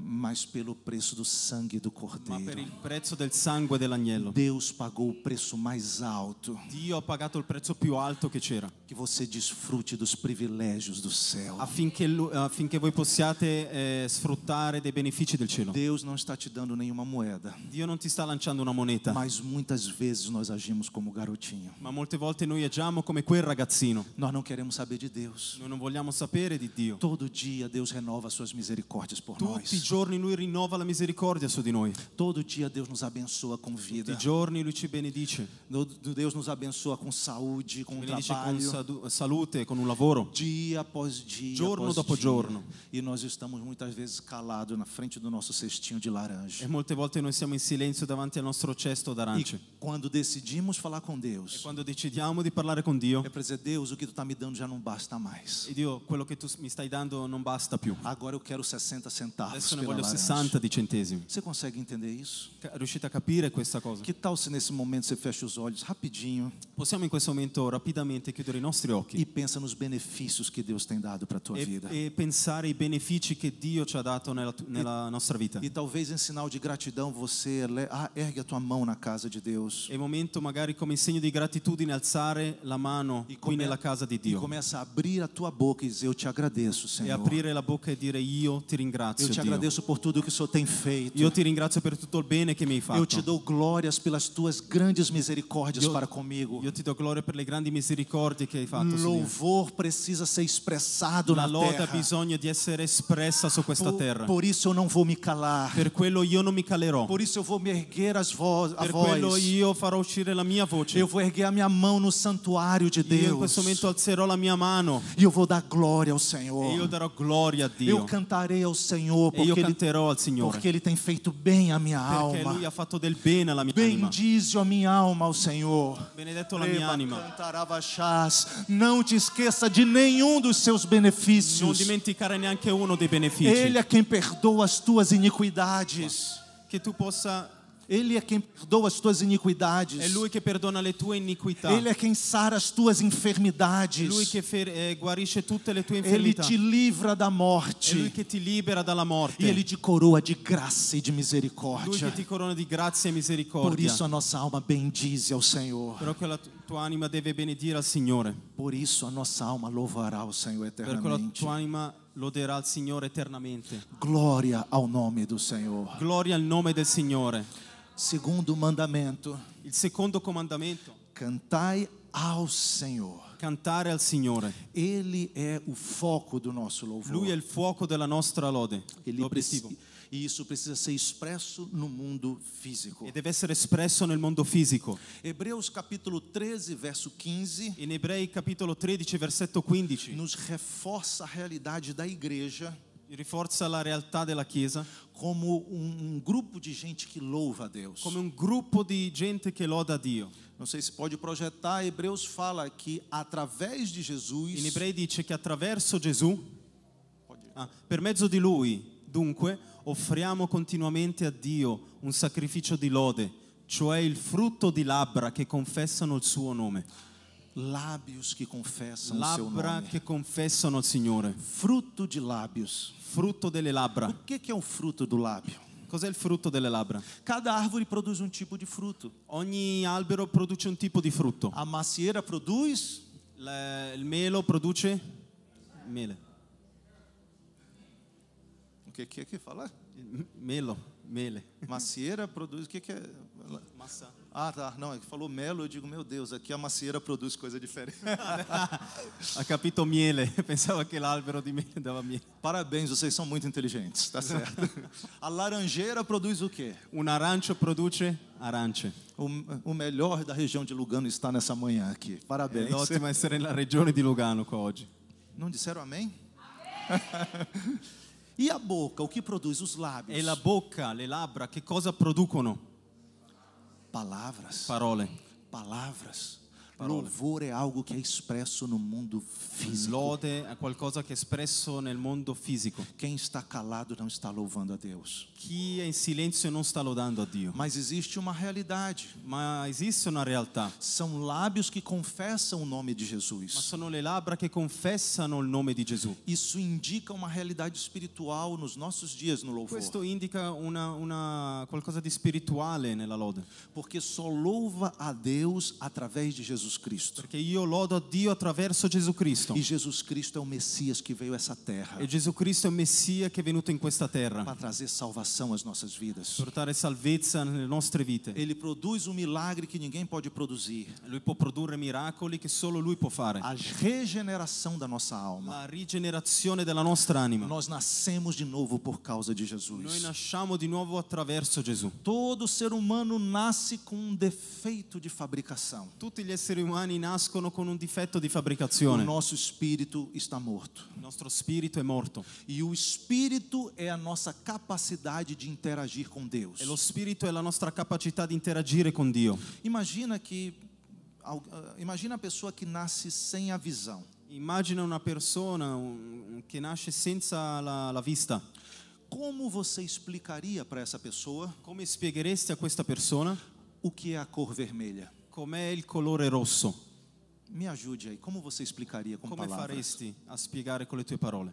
Speaker 3: mas pelo preço do sangue do
Speaker 2: ma per
Speaker 3: Cordeiro.
Speaker 2: il prezzo del sangue dell'agnello.
Speaker 3: Deus pagou o preço mais alto
Speaker 2: Dio ha pagato il prezzo più alto che c'era,
Speaker 3: que você desfrute dos privilégios do céu.
Speaker 2: affinché, lu- affinché voi possiate eh, sfruttare dei benefici del cielo.
Speaker 3: Deus não está te dando nenhuma moeda,
Speaker 2: Dio non ti sta lanciando una moneta,
Speaker 3: mas muitas vezes nós agimos como garotinho.
Speaker 2: ma molte volte noi agiamo come quel ragazzino.
Speaker 3: Nós não queremos saber de Deus.
Speaker 2: Noi non vogliamo sapere di Dio.
Speaker 3: Todo dia Deus renova suas misericórdias por
Speaker 2: Tutti i
Speaker 3: nós.
Speaker 2: giorni Lui rinnova la misericordia su di noi.
Speaker 3: Todo dia Deus nos abençoa com
Speaker 2: Tutti
Speaker 3: vida.
Speaker 2: i giorni Lui ci benedice.
Speaker 3: No- Deus nos abençoa com saúde, com
Speaker 2: Ci benedice con
Speaker 3: trabalho.
Speaker 2: sadu- salute, con un lavoro.
Speaker 3: Dia após dia.
Speaker 2: Giorno
Speaker 3: após
Speaker 2: dopo
Speaker 3: dia.
Speaker 2: giorno.
Speaker 3: E nós estamos muitas vezes calados na frente do nosso cestinho de laranja.
Speaker 2: E molte volte noi siamo in silenzio davanti al nostro cesto d'arance.
Speaker 3: E quando decidimos falar com
Speaker 2: E
Speaker 3: Deus,
Speaker 2: É quando decidiamo di parlare con Dio,
Speaker 3: é para dizer: Deus, o que tu está me dando já não basta mais.
Speaker 2: e Dio, quello che tu mi stai dando non basta più.
Speaker 3: Agora eu quero 60 centavos.
Speaker 2: Adesso ne
Speaker 3: Pela
Speaker 2: voglio
Speaker 3: laranja.
Speaker 2: 60 di centesimi.
Speaker 3: Você consegue entender isso?
Speaker 2: Ca- Riuscite a capire questa cosa?
Speaker 3: Que tal se nesse momento você fecha os olhos rapidinho
Speaker 2: Possiamo in questo momento rapidamente chiudere i nostri occhi
Speaker 3: e pensa nos benefícios que Deus tem dado para a tua
Speaker 2: e,
Speaker 3: vida?
Speaker 2: e pensare ai benefici che Dio ci ha dato nella, tu- nella nostra vita.
Speaker 3: E talvez em sinal de gratidão você le- ah, ergue a tua mão na casa de Deus
Speaker 2: È il momento magari come segno di gratitudine alzare la mano qui
Speaker 3: come-
Speaker 2: nella casa di
Speaker 3: e
Speaker 2: Dio
Speaker 3: começa a abrir a tua boca e dizer eu te agradeço,
Speaker 2: e
Speaker 3: Senhor.
Speaker 2: aprire la bocca e dire io ti
Speaker 3: Eu
Speaker 2: ringrazio
Speaker 3: te
Speaker 2: Dio.
Speaker 3: agradeço por tudo que o Senhor tem feito.
Speaker 2: Io ti ringrazio per tutto il bene che mi hai
Speaker 3: Eu te
Speaker 2: fatto.
Speaker 3: dou glórias pelas tuas grandes misericórdias
Speaker 2: Eu-
Speaker 3: para comigo. Um
Speaker 2: Io ti do gloria per le grandi misericordie che hai fatto. Signore.
Speaker 3: Louvor precisa ser expressado
Speaker 2: La
Speaker 3: na
Speaker 2: lode ha
Speaker 3: terra.
Speaker 2: bisogno di essere espressa su questa
Speaker 3: Por,
Speaker 2: terra.
Speaker 3: por isso eu não vou me calar.
Speaker 2: Per quello io non mi calerò.
Speaker 3: Por isso eu vou me erguer as voz, a
Speaker 2: Per quello
Speaker 3: voz.
Speaker 2: io farò uscire la mia voce.
Speaker 3: Eu vou erguer a minha mão no santuário de
Speaker 2: Io in
Speaker 3: Deus.
Speaker 2: questo momento alzerò la mia mano
Speaker 3: E eu vou dar glória
Speaker 2: e io
Speaker 3: ao Senhor.
Speaker 2: darò gloria a Dio.
Speaker 3: Eu cantarei ao Senhor
Speaker 2: E io
Speaker 3: porque ele,
Speaker 2: canterò al Signore.
Speaker 3: porque ele tem feito bem à minha
Speaker 2: Perché Lui
Speaker 3: alma.
Speaker 2: ha fatto del bene alla mia anima.
Speaker 3: Bendize a minha alma ao Senhor.
Speaker 2: Benedetto la mia anima.
Speaker 3: Levantaravaxás. Não te esqueça de nenhum dos seus
Speaker 2: Non
Speaker 3: benefícios.
Speaker 2: dimenticare neanche uno dei
Speaker 3: Ele
Speaker 2: benefici.
Speaker 3: é quem perdoa as tuas iniquidades.
Speaker 2: Che tu possa...
Speaker 3: Ele é quem perdoa as tuas iniquidades.
Speaker 2: È É Lui tá. che perdona le tue iniquità.
Speaker 3: Ele é quem sara as tuas
Speaker 2: È Lui
Speaker 3: enfermidades.
Speaker 2: che fer- eh, guarisce tutte le tue
Speaker 3: Ele
Speaker 2: infermità.
Speaker 3: te livra da
Speaker 2: È tá? É Lui
Speaker 3: morte.
Speaker 2: che ti libera dalla morte.
Speaker 3: E ele
Speaker 2: È
Speaker 3: te coroa de graça e de
Speaker 2: Lui che
Speaker 3: misericórdia.
Speaker 2: ti corona di grazia e
Speaker 3: Por
Speaker 2: misericordia.
Speaker 3: isso a nossa alma bendize ao Senhor.
Speaker 2: Però che la tu- tua anima deve benedire al Signore.
Speaker 3: Por isso a nossa alma louvará o Senhor
Speaker 2: Perché la
Speaker 3: eternamente.
Speaker 2: tua anima loderà al Signore eternamente.
Speaker 3: Glória ao nome do Senhor.
Speaker 2: Gloria al nome del Signore.
Speaker 3: Segundo mandamento,
Speaker 2: Il secondo comandamento,
Speaker 3: cantai ao Senhor.
Speaker 2: cantare al Signore.
Speaker 3: Ele é o foco do nosso
Speaker 2: Lui è
Speaker 3: louvor.
Speaker 2: il fuoco della nostra lode,
Speaker 3: Ele
Speaker 2: l'obiettivo.
Speaker 3: preci- e isso precisa ser expresso no mundo físico.
Speaker 2: E deve essere espresso nel mondo fisico.
Speaker 3: Hebreus capítulo 13, verso 15,
Speaker 2: In Ebrei capitolo 13 versetto 15
Speaker 3: nos reforça a realidade da igreja
Speaker 2: riforza la realtà della Chiesa
Speaker 3: como um, um grupo de gente que louva a Deus.
Speaker 2: come un gruppo di gente che loda Dio.
Speaker 3: Não sei se pode projetar, Hebreus fala que através de Jesus,
Speaker 2: In Ebrei dice che attraverso Gesù,
Speaker 3: Pode ir.
Speaker 2: ah, per mezzo di Lui, dunque, offriamo continuamente a Dio un sacrificio di lode, cioè il frutto di labbra che confessano il suo nome.
Speaker 3: lábios que confessam o seu
Speaker 2: Labbra
Speaker 3: nome.
Speaker 2: che confessano il Signore.
Speaker 3: Fruto de lábios.
Speaker 2: Frutto delle labbra.
Speaker 3: O que que é o fruto do lábio?
Speaker 2: Cos'è il frutto delle labbra?
Speaker 3: Cada árvore produz um tipo de fruto.
Speaker 2: Ogni albero produce un tipo di frutto.
Speaker 3: A macieira produz,
Speaker 2: La- il melo produce mele.
Speaker 3: o que que é que fala?
Speaker 2: M- melo, mele.
Speaker 3: Macieira produz, o que que é?
Speaker 2: Massa.
Speaker 3: Ah, tá, não, é que falou melo, eu digo, meu Deus, aqui a macieira produz coisa diferente.
Speaker 2: Ha capito miele, pensava che l'albero di mele dava miele.
Speaker 3: Parabéns, vocês são muito inteligentes, tá certo. A laranjeira produz o quê?
Speaker 2: Un arancio produce arance.
Speaker 3: O, o melhor da região de Lugano está nessa manhã aqui.
Speaker 2: Ed
Speaker 3: Parabéns.
Speaker 2: è ottimo essere nella regione di Lugano qua oggi.
Speaker 3: Não disseram amém? e a boca, o que produz os lábios?
Speaker 2: E la bocca, le labbra, che cosa producono?
Speaker 3: Palavras.
Speaker 2: Parole.
Speaker 3: Palavras. Louvor é algo que é expresso no mundo físico.
Speaker 2: Lode è qualcosa che è espresso nel mondo fisico.
Speaker 3: Quem está calado não está louvando a Deus.
Speaker 2: Chi è in silenzio non sta lodando a Dio.
Speaker 3: Mas existe uma realidade.
Speaker 2: Ma esiste una realtà.
Speaker 3: São lábios que confessam o nome de
Speaker 2: Ma
Speaker 3: Jesus.
Speaker 2: sono le labbra che confessano il nome di Gesù.
Speaker 3: Isso indica uma realidade espiritual nos nossos dias no louvor.
Speaker 2: Questo indica una, una- qualcosa di spirituale nella lode.
Speaker 3: Porque só louva a Deus através de Jesus Jesus Cristo.
Speaker 2: Perché io lodo Dio attraverso Gesù Cristo.
Speaker 3: E Jesus Cristo é o Messias que veio a essa terra
Speaker 2: E Gesù Cristo è il Messia che è venuto in questa terra
Speaker 3: para trazer salvação às nossas vidas.
Speaker 2: portare salvezza nelle nostre vite.
Speaker 3: Ele produz um milagre que ninguém pode produzir.
Speaker 2: Lui può produrre miracoli che solo Lui può fare.
Speaker 3: A regeneração da nossa alma.
Speaker 2: La rigenerazione della nostra anima.
Speaker 3: Nós nascemos de novo por causa de
Speaker 2: Noi
Speaker 3: Jesus.
Speaker 2: nasciamo di nuovo attraverso Gesù.
Speaker 3: Todo ser humano nasce com um defeito de fabricação.
Speaker 2: Tutti gli esseri umani nascono con un difetto di
Speaker 3: O
Speaker 2: fabbricazione.
Speaker 3: nosso espírito está morto.
Speaker 2: Il nostro spirito è morto
Speaker 3: E o espírito é a nossa capacidade de interagir com Deus.
Speaker 2: e lo spirito è la nostra capacità di interagire con Dio.
Speaker 3: Imagina que al- ah, imagina a pessoa que nasce sem a visão.
Speaker 2: Immagina una persona un- che nasce senza la, la vista.
Speaker 3: Como você explicaria para essa pessoa
Speaker 2: Come spiegheresti a questa persona
Speaker 3: o que é a cor vermelha?
Speaker 2: com'è il colore rosso?
Speaker 3: Me ajude aí. Como você explicaria com
Speaker 2: Come
Speaker 3: palavras?
Speaker 2: faresti a spiegare con le tue parole?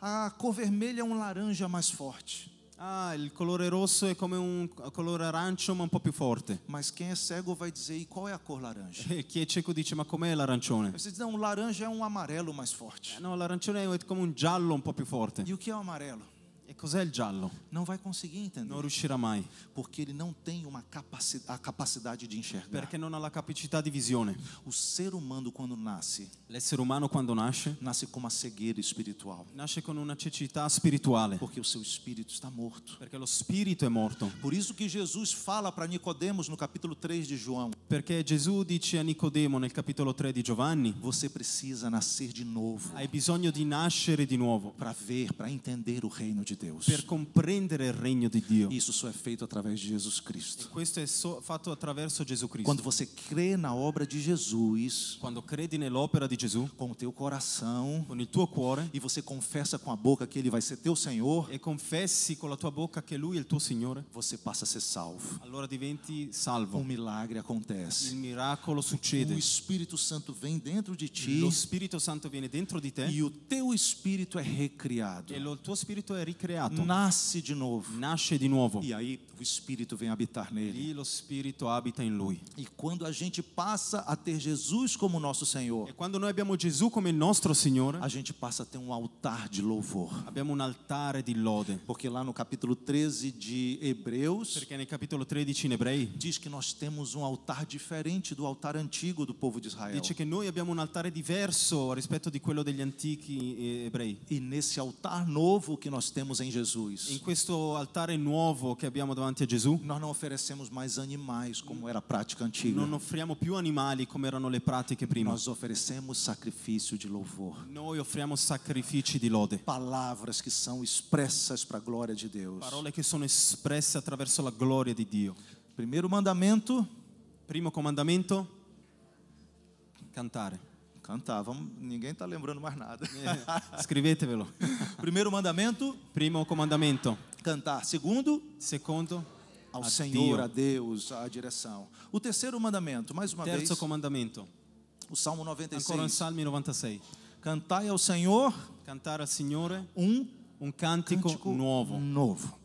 Speaker 3: A cor vermelha é um laranja mais forte.
Speaker 2: Ah, il colore rosso è come un colore arancio ma un po' più forte.
Speaker 3: Mas quem é cego vai dizer: e qual é a cor laranja?
Speaker 2: E chi è cieco dice ma com'è l'arancione? Eh,
Speaker 3: Aí Você diz: não, o laranja é um amarelo mais forte.
Speaker 2: No, l'arancione è come un giallo un po' più forte.
Speaker 3: E o que é o amarelo?
Speaker 2: E cos'è il giallo?
Speaker 3: Não vai conseguir
Speaker 2: Non
Speaker 3: entender,
Speaker 2: riuscirà mai
Speaker 3: porque ele não tem uma capaci a capacidade de enxergar.
Speaker 2: perché non ha la capacità di visione.
Speaker 3: O ser humano, quando nasce,
Speaker 2: L'essere umano quando nasce
Speaker 3: nasce com uma cegueira espiritual,
Speaker 2: nasce con una cecità spirituale
Speaker 3: porque o seu espírito está morto.
Speaker 2: perché lo spirito è morto.
Speaker 3: Por isso que Jesus fala para Nicodemos no capítulo 3 de João:
Speaker 2: Perché Gesù dice a Nicodemo nel capitolo 3 di Giovanni,
Speaker 3: você precisa nascer de novo
Speaker 2: hai bisogno di nascere di nuovo
Speaker 3: para ver, para entender o reino de Deus.
Speaker 2: per comprendere il regno di Dio.
Speaker 3: Isso só é feito através de Jesus Cristo.
Speaker 2: Questo è so- fatto attraverso Gesù Cristo.
Speaker 3: Quando você crê na obra de Jesus
Speaker 2: Quando credi nell'opera di Gesù
Speaker 3: com o teu coração
Speaker 2: con il tuo cuore
Speaker 3: e você confessa com a boca que ele vai ser teu Senhor,
Speaker 2: e confessi con la tua bocca che Lui è il tuo Signore,
Speaker 3: você passa a ser salvo.
Speaker 2: allora diventi
Speaker 3: Um
Speaker 2: salvo.
Speaker 3: milagre
Speaker 2: Il
Speaker 3: acontece.
Speaker 2: miracolo
Speaker 3: O
Speaker 2: succede.
Speaker 3: Espírito Santo vem dentro de ti
Speaker 2: Lo Spirito Santo viene dentro di te
Speaker 3: e o teu espírito é recriado.
Speaker 2: e lo- il tuo spirito è ricreato,
Speaker 3: Nasce de novo.
Speaker 2: nasce di nuovo.
Speaker 3: E aí o espírito vem habitar nele.
Speaker 2: Lì lo spirito abita in lui.
Speaker 3: E quando a gente passa a ter Jesus como nosso
Speaker 2: E
Speaker 3: Senhor,
Speaker 2: quando noi abbiamo Gesù come il nostro Signore,
Speaker 3: a gente passa a ter um altar de louvor.
Speaker 2: abbiamo un altare di lode.
Speaker 3: Porque lá no capítulo 13 de Hebreus,
Speaker 2: Perché nel capitolo 13 in Ebrei
Speaker 3: diz que nós temos um altar diferente do altar antigo do povo de Israel.
Speaker 2: dice che noi abbiamo un altare diverso rispetto di quello degli antichi eh, ebrei.
Speaker 3: E nesse altar novo que nós temos em
Speaker 2: In
Speaker 3: Jesus,
Speaker 2: questo altare nuovo che abbiamo davanti a Gesù
Speaker 3: nós não oferecemos mais animais como era a prática antiga.
Speaker 2: non offriamo più animali come erano le pratiche prima.
Speaker 3: Nós oferecemos sacrifício de louvor.
Speaker 2: Noi offriamo sacrifici di lode,
Speaker 3: Palavras que são expressas para a glória de Deus.
Speaker 2: parole che sono espresse attraverso la gloria di Dio.
Speaker 3: Primeiro mandamento,
Speaker 2: Primo comandamento cantare.
Speaker 3: cantar. Vamos, ninguém está lembrando mais nada.
Speaker 2: Eh, Scrivetevelo.
Speaker 3: Primeiro mandamento,
Speaker 2: Primo comandamento.
Speaker 3: cantar. Segundo,
Speaker 2: Secondo
Speaker 3: ao
Speaker 2: a
Speaker 3: Senhor, a
Speaker 2: Dio.
Speaker 3: Deus, a direção. O terceiro mandamento, mais uma vez,
Speaker 2: Terzo comandamento.
Speaker 3: o Salmo
Speaker 2: Ancora in
Speaker 3: 96.
Speaker 2: Salmi 96.
Speaker 3: Cantai ao Senhor
Speaker 2: Cantare al Signore
Speaker 3: um
Speaker 2: un cantico, Mm.
Speaker 3: cântico
Speaker 2: nuovo.
Speaker 3: novo.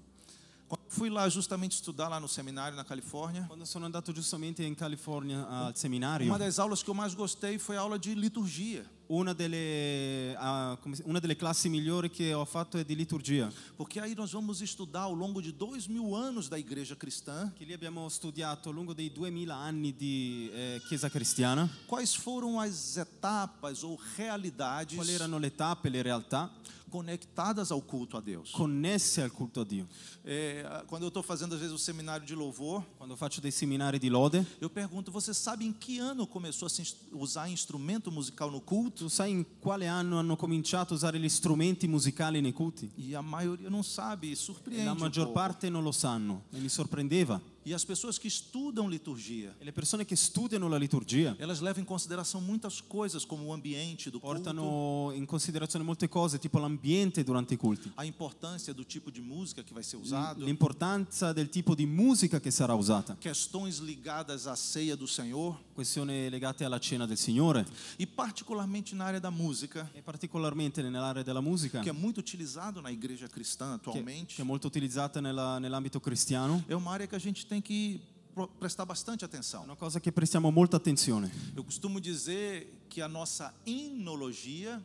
Speaker 3: Quando fui lá justamente estudar lá no seminário na Califórnia,
Speaker 2: Quando sono andato giustamente in California al seminario,
Speaker 3: uma das aulas que eu mais gostei foi a aula de liturgia,
Speaker 2: una delle, ah, come si- una delle classi migliori che ho fatto è di liturgia.
Speaker 3: porque aí nós vamos estudar ao longo de dois mil anos da igreja cristã
Speaker 2: Che lì abbiamo studiato lungo dei 2000 anni di eh, chiesa cristiana,
Speaker 3: quais foram as etapas ou realidades
Speaker 2: quali erano le tappe, le realtà
Speaker 3: conectadas ao culto a Deus.
Speaker 2: connesse al culto a Dio.
Speaker 3: É, quando eu estou fazendo às vezes o seminário de louvor,
Speaker 2: Quando faccio dei seminari di lode,
Speaker 3: eu pergunto: você sabe em que ano começou a se ins- usar instrumento musical no culto?
Speaker 2: tu sai in quale anno hanno cominciato a usare gli strumenti musicali nei culti?
Speaker 3: E a maioria não sabe, e
Speaker 2: E
Speaker 3: surpreende.
Speaker 2: la
Speaker 3: um
Speaker 2: maggior
Speaker 3: pouco.
Speaker 2: parte non lo sanno e mi sorprendeva.
Speaker 3: E as pessoas que estudam liturgia,
Speaker 2: E le persone che studiano la liturgia
Speaker 3: elas levam em consideração muitas coisas, como o ambiente do culto,
Speaker 2: portano in considerazione molte cose, tipo l'ambiente durante i culti,
Speaker 3: a importância do tipo de música que vai ser usado,
Speaker 2: l'importanza del tipo di musica che sarà usata,
Speaker 3: questões ligadas à ceia do Senhor,
Speaker 2: questioni legate alla cena del Signore
Speaker 3: e particularmente na área da música,
Speaker 2: e particolarmente nell'area della musica,
Speaker 3: que é
Speaker 2: che,
Speaker 3: muito utilizado na igreja cristã
Speaker 2: che é
Speaker 3: atualmente.
Speaker 2: è molto utilizzata nella- nell'ambito cristiano.
Speaker 3: É uma área que a gente tem que pro- prestar bastante atenção.
Speaker 2: È una cosa che prestiamo molta attenzione.
Speaker 3: Eu costumo dizer que a nossa enologia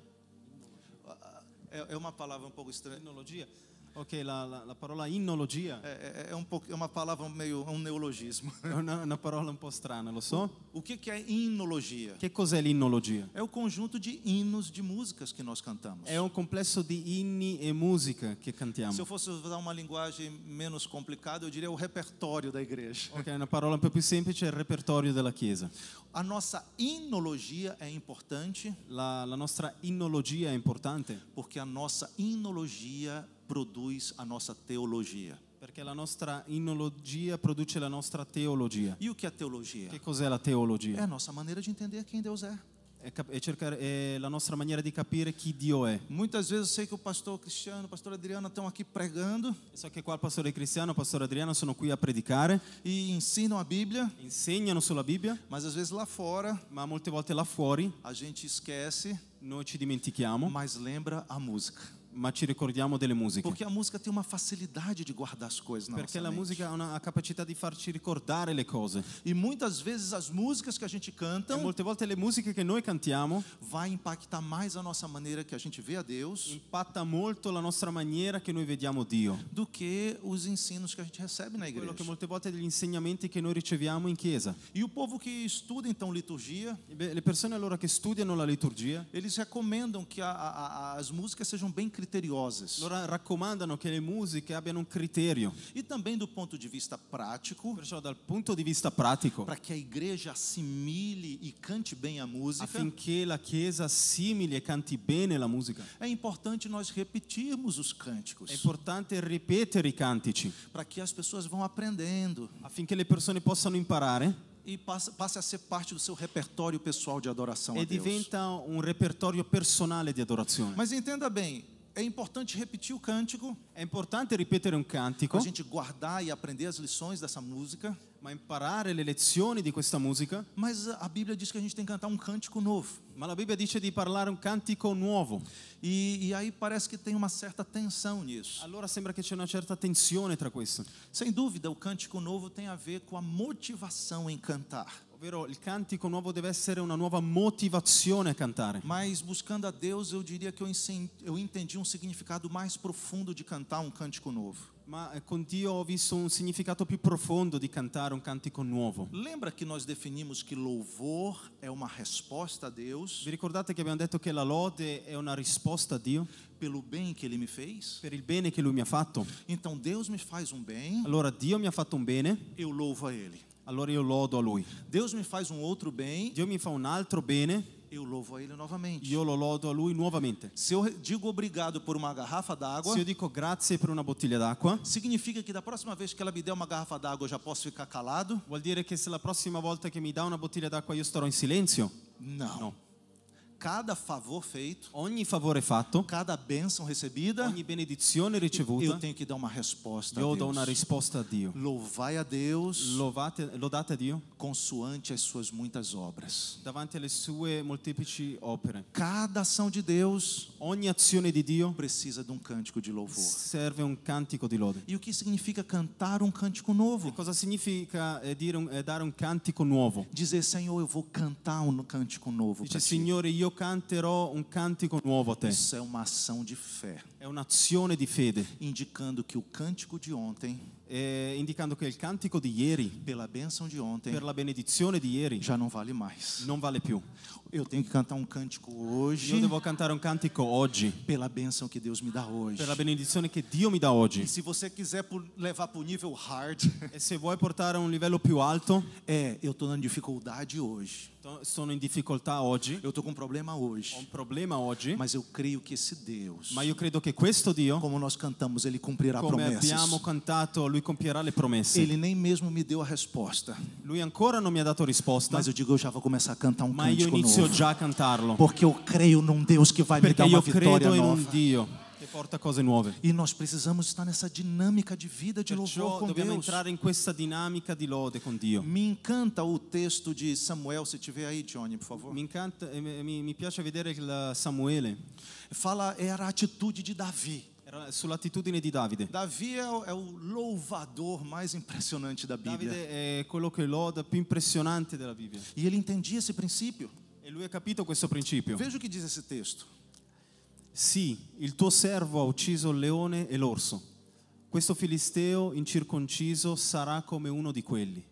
Speaker 3: ah, é, é uma palavra um pouco estranha.
Speaker 2: Innologia. Ok, la, la- la parola innologia
Speaker 3: É, é- é um pouco, é uma palavra meio é um neologismo.
Speaker 2: è una, una parola un po' strana, lo so.
Speaker 3: O que, que é inologia?
Speaker 2: Che cos'è l'innologia?
Speaker 3: É o conjunto de hinos de músicas que nós cantamos.
Speaker 2: È un complesso di inni e musica che
Speaker 3: Se eu
Speaker 2: cantiamo.
Speaker 3: fosse usar uma linguagem menos complicada, eu diria o repertório da igreja.
Speaker 2: Ok, una parola un po' più semplice è il repertorio della Chiesa.
Speaker 3: A nossa inologia é importante
Speaker 2: La, la nostra innologia è importante
Speaker 3: porque a nossa inologia produz a nossa teologia.
Speaker 2: perché la nostra innologia produce la nostra teologia.
Speaker 3: E o que é teologia?
Speaker 2: Che cos'è la
Speaker 3: É
Speaker 2: teologia?
Speaker 3: a nossa maneira de entender quem Deus é.
Speaker 2: È, cap- è cercare- è la nostra maniera di capire chi Dio è.
Speaker 3: Muitas vezes eu sei que o pastor Cristiano, o pastor Adriano estão aqui pregando
Speaker 2: So che qua il pastore Cristiano e il pastore Adriano sono qui a predicare,
Speaker 3: e ensinam a Bíblia,
Speaker 2: insegnano sulla Bibbia,
Speaker 3: mas às vezes lá fora
Speaker 2: ma molte volte là fuori
Speaker 3: a gente esquece,
Speaker 2: noi ci dimentichiamo,
Speaker 3: mas lembra a música.
Speaker 2: ma ci ricordiamo delle musiche.
Speaker 3: Porque a música tem uma facilidade de guardar as coisas na
Speaker 2: Perché la
Speaker 3: nossa mente.
Speaker 2: musica ha una capacità di farci ricordare le cose.
Speaker 3: E muitas vezes as músicas que a gente canta
Speaker 2: E molte volte le musiche che noi cantiamo
Speaker 3: vai impactar mais a nossa maneira que a gente vê a Deus
Speaker 2: impatta molto la nostra maniera che noi vediamo Dio.
Speaker 3: do que os ensinos que a gente recebe na
Speaker 2: Quello
Speaker 3: igreja.
Speaker 2: che molte volte è degli insegnamenti che noi riceviamo in chiesa.
Speaker 3: E o povo que estuda então liturgia,
Speaker 2: E beh, Le persone allora che studiano la liturgia
Speaker 3: eles recomendam que a- a- a- as músicas sejam bem criteriosas.
Speaker 2: allora raccomandano che le musiche abbiano un criterio.
Speaker 3: E também do ponto de vista prático,
Speaker 2: Perciò dal punto di vista pratico,
Speaker 3: para que a igreja assimile e cante bem a música,
Speaker 2: affinché la chiesa simili e canti bene la musica,
Speaker 3: é importante nós repetirmos os
Speaker 2: è
Speaker 3: cânticos,
Speaker 2: importante ripetere i cantici
Speaker 3: para que as pessoas vão aprendendo
Speaker 2: affinché le persone possano imparare
Speaker 3: e passe, passe a ser parte do seu repertório pessoal de adoração a
Speaker 2: e
Speaker 3: Deus.
Speaker 2: diventa un repertorio personale di adorazione.
Speaker 3: Mas entenda bem, é importante repetir o cântico,
Speaker 2: È importante ripetere un
Speaker 3: para
Speaker 2: cantico,
Speaker 3: a gente guardar e aprender as lições dessa música,
Speaker 2: ma imparare le lezioni di questa musica.
Speaker 3: mas a Bíblia diz que a gente tem que cantar um cântico novo.
Speaker 2: Ma la Bibbia dice di parlare un cantico nuovo.
Speaker 3: E, e aí parece que tem uma certa tensão nisso.
Speaker 2: Allora sembra che c'è una certa tensione tra questo.
Speaker 3: Sem dúvida, o cântico novo tem a ver com a motivação em cantar.
Speaker 2: Ovvero il cantico nuovo deve essere una nuova motivazione a cantare.
Speaker 3: Mas buscando a Deus, eu diria que eu, ensen- eu entendi um significado mais profundo de cantar um cântico novo.
Speaker 2: Ma eh, con Dio ho visto un significato più profondo di cantare un cantico nuovo.
Speaker 3: Lembra que nós definimos que louvor é uma resposta a Deus
Speaker 2: Vi ricordate che abbiamo detto che la lode è una risposta a Dio
Speaker 3: pelo bem que Ele me fez?
Speaker 2: per il bene che Lui mi ha fatto?
Speaker 3: Então Deus me faz um bem,
Speaker 2: Allora Dio mi ha fatto un bene,
Speaker 3: eu louvo a Ele.
Speaker 2: allora io lodo a Lui.
Speaker 3: Deus me faz um outro bem,
Speaker 2: Dio mi fa un altro bene,
Speaker 3: eu louvo a Ele novamente.
Speaker 2: io lo lodo a Lui nuovamente.
Speaker 3: Se eu digo obrigado por uma garrafa d'água,
Speaker 2: Se io dico grazie per una bottiglia d'acqua,
Speaker 3: significa que da próxima vez que ela me der uma garrafa d'água, eu já posso ficar calado?
Speaker 2: vuol dire che se la prossima volta che mi dà una bottiglia d'acqua io starò in silenzio?
Speaker 3: Não. Cada favor feito,
Speaker 2: Ogni favore fatto,
Speaker 3: cada bênção recebida,
Speaker 2: ogni benedizione
Speaker 3: eu
Speaker 2: ricevuta,
Speaker 3: tenho que dar uma resposta
Speaker 2: io
Speaker 3: a
Speaker 2: do
Speaker 3: Deus.
Speaker 2: una risposta a Dio.
Speaker 3: Louvai a Deus
Speaker 2: Lovate, lodate a Dio
Speaker 3: consoante as suas muitas obras.
Speaker 2: davanti alle sue molteplici opere.
Speaker 3: Cada ação de Deus
Speaker 2: Ogni azione di Dio
Speaker 3: precisa de um cântico de louvor.
Speaker 2: serve un cantico di lode.
Speaker 3: E o que significa cantar um cântico novo?
Speaker 2: Cosa significa eh, dire un- eh, dare un cantico nuovo?
Speaker 3: Dizer, Senhor, eu vou cantar um cântico novo
Speaker 2: Dice,
Speaker 3: para ti.
Speaker 2: Signore, io canterò un cantico nuovo a te.
Speaker 3: Isso é uma ação de fé,
Speaker 2: È un'azione di fede,
Speaker 3: indicando que o cântico de ontem,
Speaker 2: eh, indicando che il cantico di ieri,
Speaker 3: pela bênção de ontem,
Speaker 2: per la benedizione di ieri,
Speaker 3: já não vale mais.
Speaker 2: non vale più.
Speaker 3: Eu tenho que cantar um cântico
Speaker 2: Io
Speaker 3: hoje,
Speaker 2: devo cantare un cantico oggi,
Speaker 3: pela bênção que Deus me dá hoje.
Speaker 2: per la benedizione che Dio mi dà oggi.
Speaker 3: E se você quiser pu- levar para o nível hard,
Speaker 2: E se vuoi portare a un livello più alto,
Speaker 3: é, eu estou na dificuldade hoje,
Speaker 2: to- sono in difficoltà oggi,
Speaker 3: eu estou com um problema
Speaker 2: ho
Speaker 3: hoje,
Speaker 2: un problema oggi,
Speaker 3: mas eu creio que esse Deus,
Speaker 2: ma io credo che questo Dio,
Speaker 3: como nós cantamos, ele cumprirá
Speaker 2: come abbiamo
Speaker 3: promessas.
Speaker 2: cantato, Lui compierà le promesse.
Speaker 3: Ele nem mesmo me deu a resposta,
Speaker 2: Lui ancora non mi ha dato risposta,
Speaker 3: mas eu digo, eu já vou começar a cantar um
Speaker 2: ma io
Speaker 3: cântico
Speaker 2: inizio
Speaker 3: novo,
Speaker 2: già a cantarlo.
Speaker 3: porque eu creio num Deus que vai me
Speaker 2: Perché
Speaker 3: dar uma
Speaker 2: io
Speaker 3: vitória
Speaker 2: credo in un
Speaker 3: nova.
Speaker 2: Dio che porta cose nuove.
Speaker 3: E nós precisamos estar nessa dinâmica de vida de louvor
Speaker 2: Perciò Cioè,
Speaker 3: com
Speaker 2: dobbiamo
Speaker 3: Deus. Mm.
Speaker 2: entrare in questa dinamica di lode con Dio.
Speaker 3: Me encanta o texto de Samuel, se tiver aí, Johnny, por favor.
Speaker 2: Mi, incanta- eh, mi- mi piace vedere il Samuele,
Speaker 3: Fala, era a atitude de Davi.
Speaker 2: era Era Sull'attitudine di Davide.
Speaker 3: Davi é o, é o louvador mais impressionante da Bíblia.
Speaker 2: Davide è quello che loda più impressionante della Bibbia.
Speaker 3: E ele entendia esse princípio.
Speaker 2: E lui ha capito questo principio.
Speaker 3: Veja o que diz esse texto.
Speaker 2: Sì, il tuo servo ha ucciso il leone e l'orso. Questo filisteo incirconciso sarà come uno di quelli,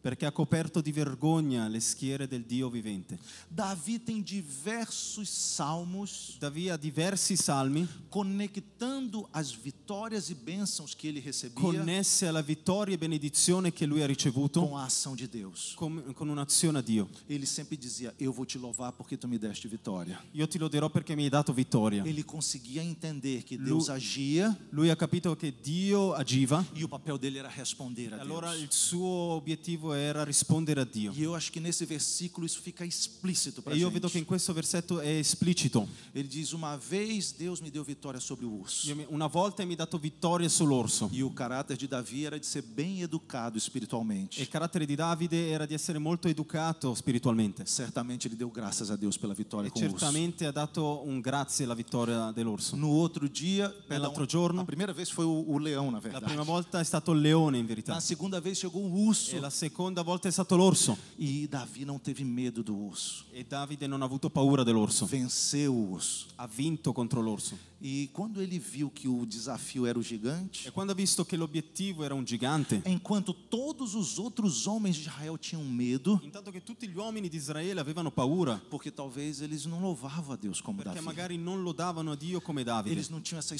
Speaker 2: perché ha coperto di vergogna le schiere del Dio vivente.
Speaker 3: Davi tem diversos salmos
Speaker 2: Davide ha diversi salmi
Speaker 3: conectando as vitórias e bênçãos que ele recebia
Speaker 2: connesse alla vittoria e benedizione che lui ha ricevuto
Speaker 3: com a ação de Deus.
Speaker 2: com, con un'azione a Dio.
Speaker 3: Ele sempre dizia: Eu vou te louvar porque tu me deste vitória.
Speaker 2: Io ti loderò perché mi hai dato vittoria.
Speaker 3: Ele conseguia entender que Deus agia
Speaker 2: Lui ha capito che Dio agiva,
Speaker 3: e o papel dele era responder a
Speaker 2: allora
Speaker 3: Deus.
Speaker 2: il suo obiettivo era rispondere a Dio.
Speaker 3: E eu acho que nesse versículo isso fica explícito para
Speaker 2: E io vedo che
Speaker 3: gente.
Speaker 2: in questo versetto è esplicito.
Speaker 3: Ele diz: Uma vez Deus me deu vitória sobre o urso.
Speaker 2: Io mi- Una volta mi hai dato vittoria sull'orso.
Speaker 3: E o caráter de Davi era de ser bem educado
Speaker 2: E il
Speaker 3: espiritualmente.
Speaker 2: carattere di Davide era di essere molto educato spiritualmente.
Speaker 3: Certamente ele deu graças a Deus pela vitória
Speaker 2: E
Speaker 3: com o urso.
Speaker 2: certamente ha dato un grazie alla vittoria dell'orso.
Speaker 3: No outro dia, perdão,
Speaker 2: Nell'altro giorno,
Speaker 3: a primeira vez foi o, o leão, na
Speaker 2: la
Speaker 3: verdade.
Speaker 2: prima volta è stato il leone in
Speaker 3: Na
Speaker 2: verità.
Speaker 3: segunda vez chegou o urso.
Speaker 2: E la seconda volta è stato l'orso.
Speaker 3: E Davi não teve medo do urso.
Speaker 2: E Davide non ha avuto paura dell'orso.
Speaker 3: Venceu o urso.
Speaker 2: Ha vinto contro l'orso.
Speaker 3: E quando ele viu que o desafio era o gigante,
Speaker 2: E quando ha visto che l'obiettivo era un gigante,
Speaker 3: enquanto todos os outros homens de Israel tinham medo,
Speaker 2: intanto che tutti gli uomini di Israele avevano paura,
Speaker 3: porque talvez eles não louvavam a Deus como
Speaker 2: perché
Speaker 3: Davi.
Speaker 2: magari non lodavano Dio come Davide.
Speaker 3: Eles não tinham essa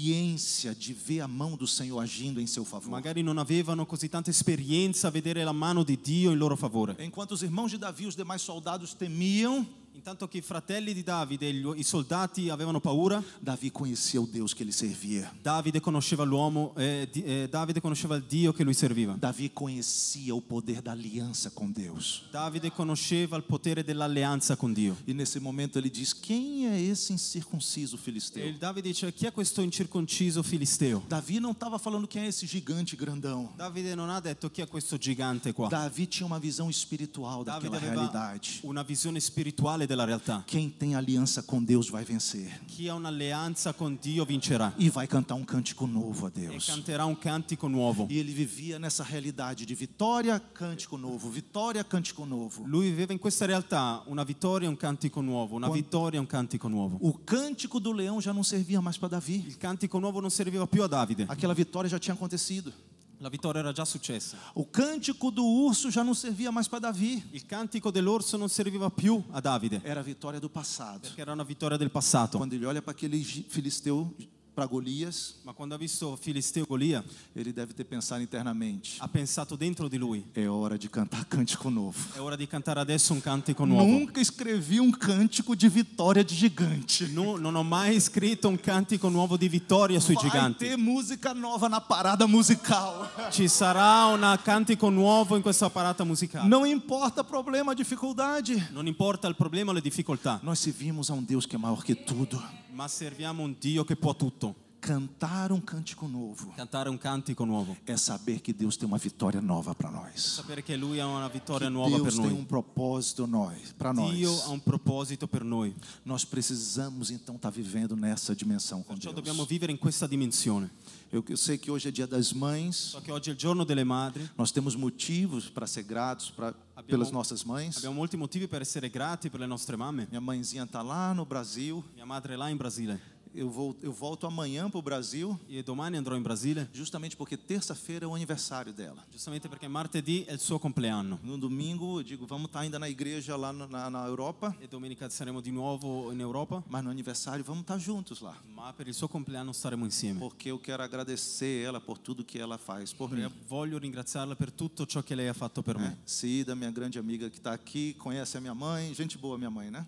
Speaker 3: experiência de ver a mão do Senhor agindo em seu favor.
Speaker 2: Magari non avevano così tanta esperienza a vedere la mano di Dio in loro favore.
Speaker 3: Enquanto os irmãos de Davi e os demais soldados temiam,
Speaker 2: Intanto che i fratelli di Davide, e gli- i soldati avevano paura,
Speaker 3: Davi conhecia o Deus que ele servia.
Speaker 2: Davide conosceva l'uomo, eh, di- eh, Davide conosceva il Dio che lui serviva.
Speaker 3: Davi conhecia o poder da aliança com Deus.
Speaker 2: Davide conosceva il potere dell'alleanza con Dio.
Speaker 3: E nesse momento ele diz: Quem é esse incircunciso
Speaker 2: E
Speaker 3: filisteu?
Speaker 2: il Davide dice, chi è questo incirconciso filisteo?
Speaker 3: Davi não estava falando quem é esse gigante grandão.
Speaker 2: Davide non ha detto chi è questo gigante qua.
Speaker 3: Davi tinha uma visão espiritual
Speaker 2: Davide
Speaker 3: daquela
Speaker 2: aveva
Speaker 3: realidade.
Speaker 2: una visione spirituale della realtà.
Speaker 3: Quem tem aliança com Deus vai vencer
Speaker 2: Chi ha un'alleanza con Dio vincerà
Speaker 3: e vai cantar um cântico novo a
Speaker 2: e
Speaker 3: Deus.
Speaker 2: canterà un cantico nuovo.
Speaker 3: E ele vivia nessa realidade de vitória, cântico novo, vitória, cântico novo.
Speaker 2: Lui viveva in questa realtà una vittoria e un cantico nuovo, una
Speaker 3: Quan-
Speaker 2: vittoria e un cantico nuovo.
Speaker 3: O cântico do leão já não servia mais para Davi.
Speaker 2: Il cantico nuovo non serviva più a Davide.
Speaker 3: Aquela vitória já tinha acontecido.
Speaker 2: La vittoria era già successa.
Speaker 3: O cântico do urso já não servia mais para Davi.
Speaker 2: Il cantico dell'orso non serviva più a Davide,
Speaker 3: Era a vitória do passado. Então,
Speaker 2: che era una vittoria del passato.
Speaker 3: Quando ele olha para aquele gi- filisteu, para Golias,
Speaker 2: Ma quando ha visto Filisteo e Golia,
Speaker 3: ele deve ter pensado internamente:
Speaker 2: ha pensato dentro di lui,
Speaker 3: é hora de cantar cântico novo.
Speaker 2: è ora di cantare adesso un cantico nuovo.
Speaker 3: Nunca escrevi um cântico de vitória de gigante.
Speaker 2: No, non ho mai scritto un cantico nuovo di vittoria sui
Speaker 3: Vai
Speaker 2: giganti.
Speaker 3: ter música nova na parada musical.
Speaker 2: Ci sarà un cantico nuovo in questa parata musicale.
Speaker 3: Não importa problema, dificuldade.
Speaker 2: Non importa il problema o le difficoltà,
Speaker 3: Nós servimos a um Deus que é maior que tudo.
Speaker 2: ma serviamo un Dio che può tutto.
Speaker 3: Cantar um cântico novo
Speaker 2: Cantare un cantico nuovo.
Speaker 3: é saber que Deus tem uma vitória nova para nós.
Speaker 2: Sapere che Lui ha una vittoria nuova per
Speaker 3: Deus tem
Speaker 2: noi.
Speaker 3: um propósito nós, para
Speaker 2: Dio um- ha
Speaker 3: nós.
Speaker 2: un proposito per noi.
Speaker 3: Nós precisamos então estar vivendo nessa dimensão com
Speaker 2: Perciò dobbiamo
Speaker 3: Deus.
Speaker 2: vivere in questa dimensione.
Speaker 3: Eu, eu sei que hoje é dia das mães.
Speaker 2: So che oggi è il giorno delle madri,
Speaker 3: Nós temos motivos para ser gratos pra, pelas nossas mães.
Speaker 2: abbiamo molti motivi per essere grati per le nostre mamme.
Speaker 3: Minha mãezinha está lá no Brasil.
Speaker 2: Mia madre è là in Brasile.
Speaker 3: Eu, vou, eu volto amanhã para o Brasil,
Speaker 2: Io domani andrò in Brasile,
Speaker 3: justamente porque terça-feira é o aniversário dela.
Speaker 2: giustamente perché martedì è il suo compleanno.
Speaker 3: No domingo, eu digo, vamos estar ainda na igreja lá no- na, na Europa,
Speaker 2: E domenica saremo di nuovo in Europa,
Speaker 3: mas no aniversário vamos estar juntos lá.
Speaker 2: ma per il suo compleanno staremo insieme.
Speaker 3: Porque eu quero agradecer ela por tudo que ela faz por mim. né?
Speaker 2: Perché Voglio ringraziarla per tutto ciò che lei ha fatto per me.
Speaker 3: Cida, minha grande amiga que está aqui, conhece a minha mãe. Gente boa, minha mãe, né?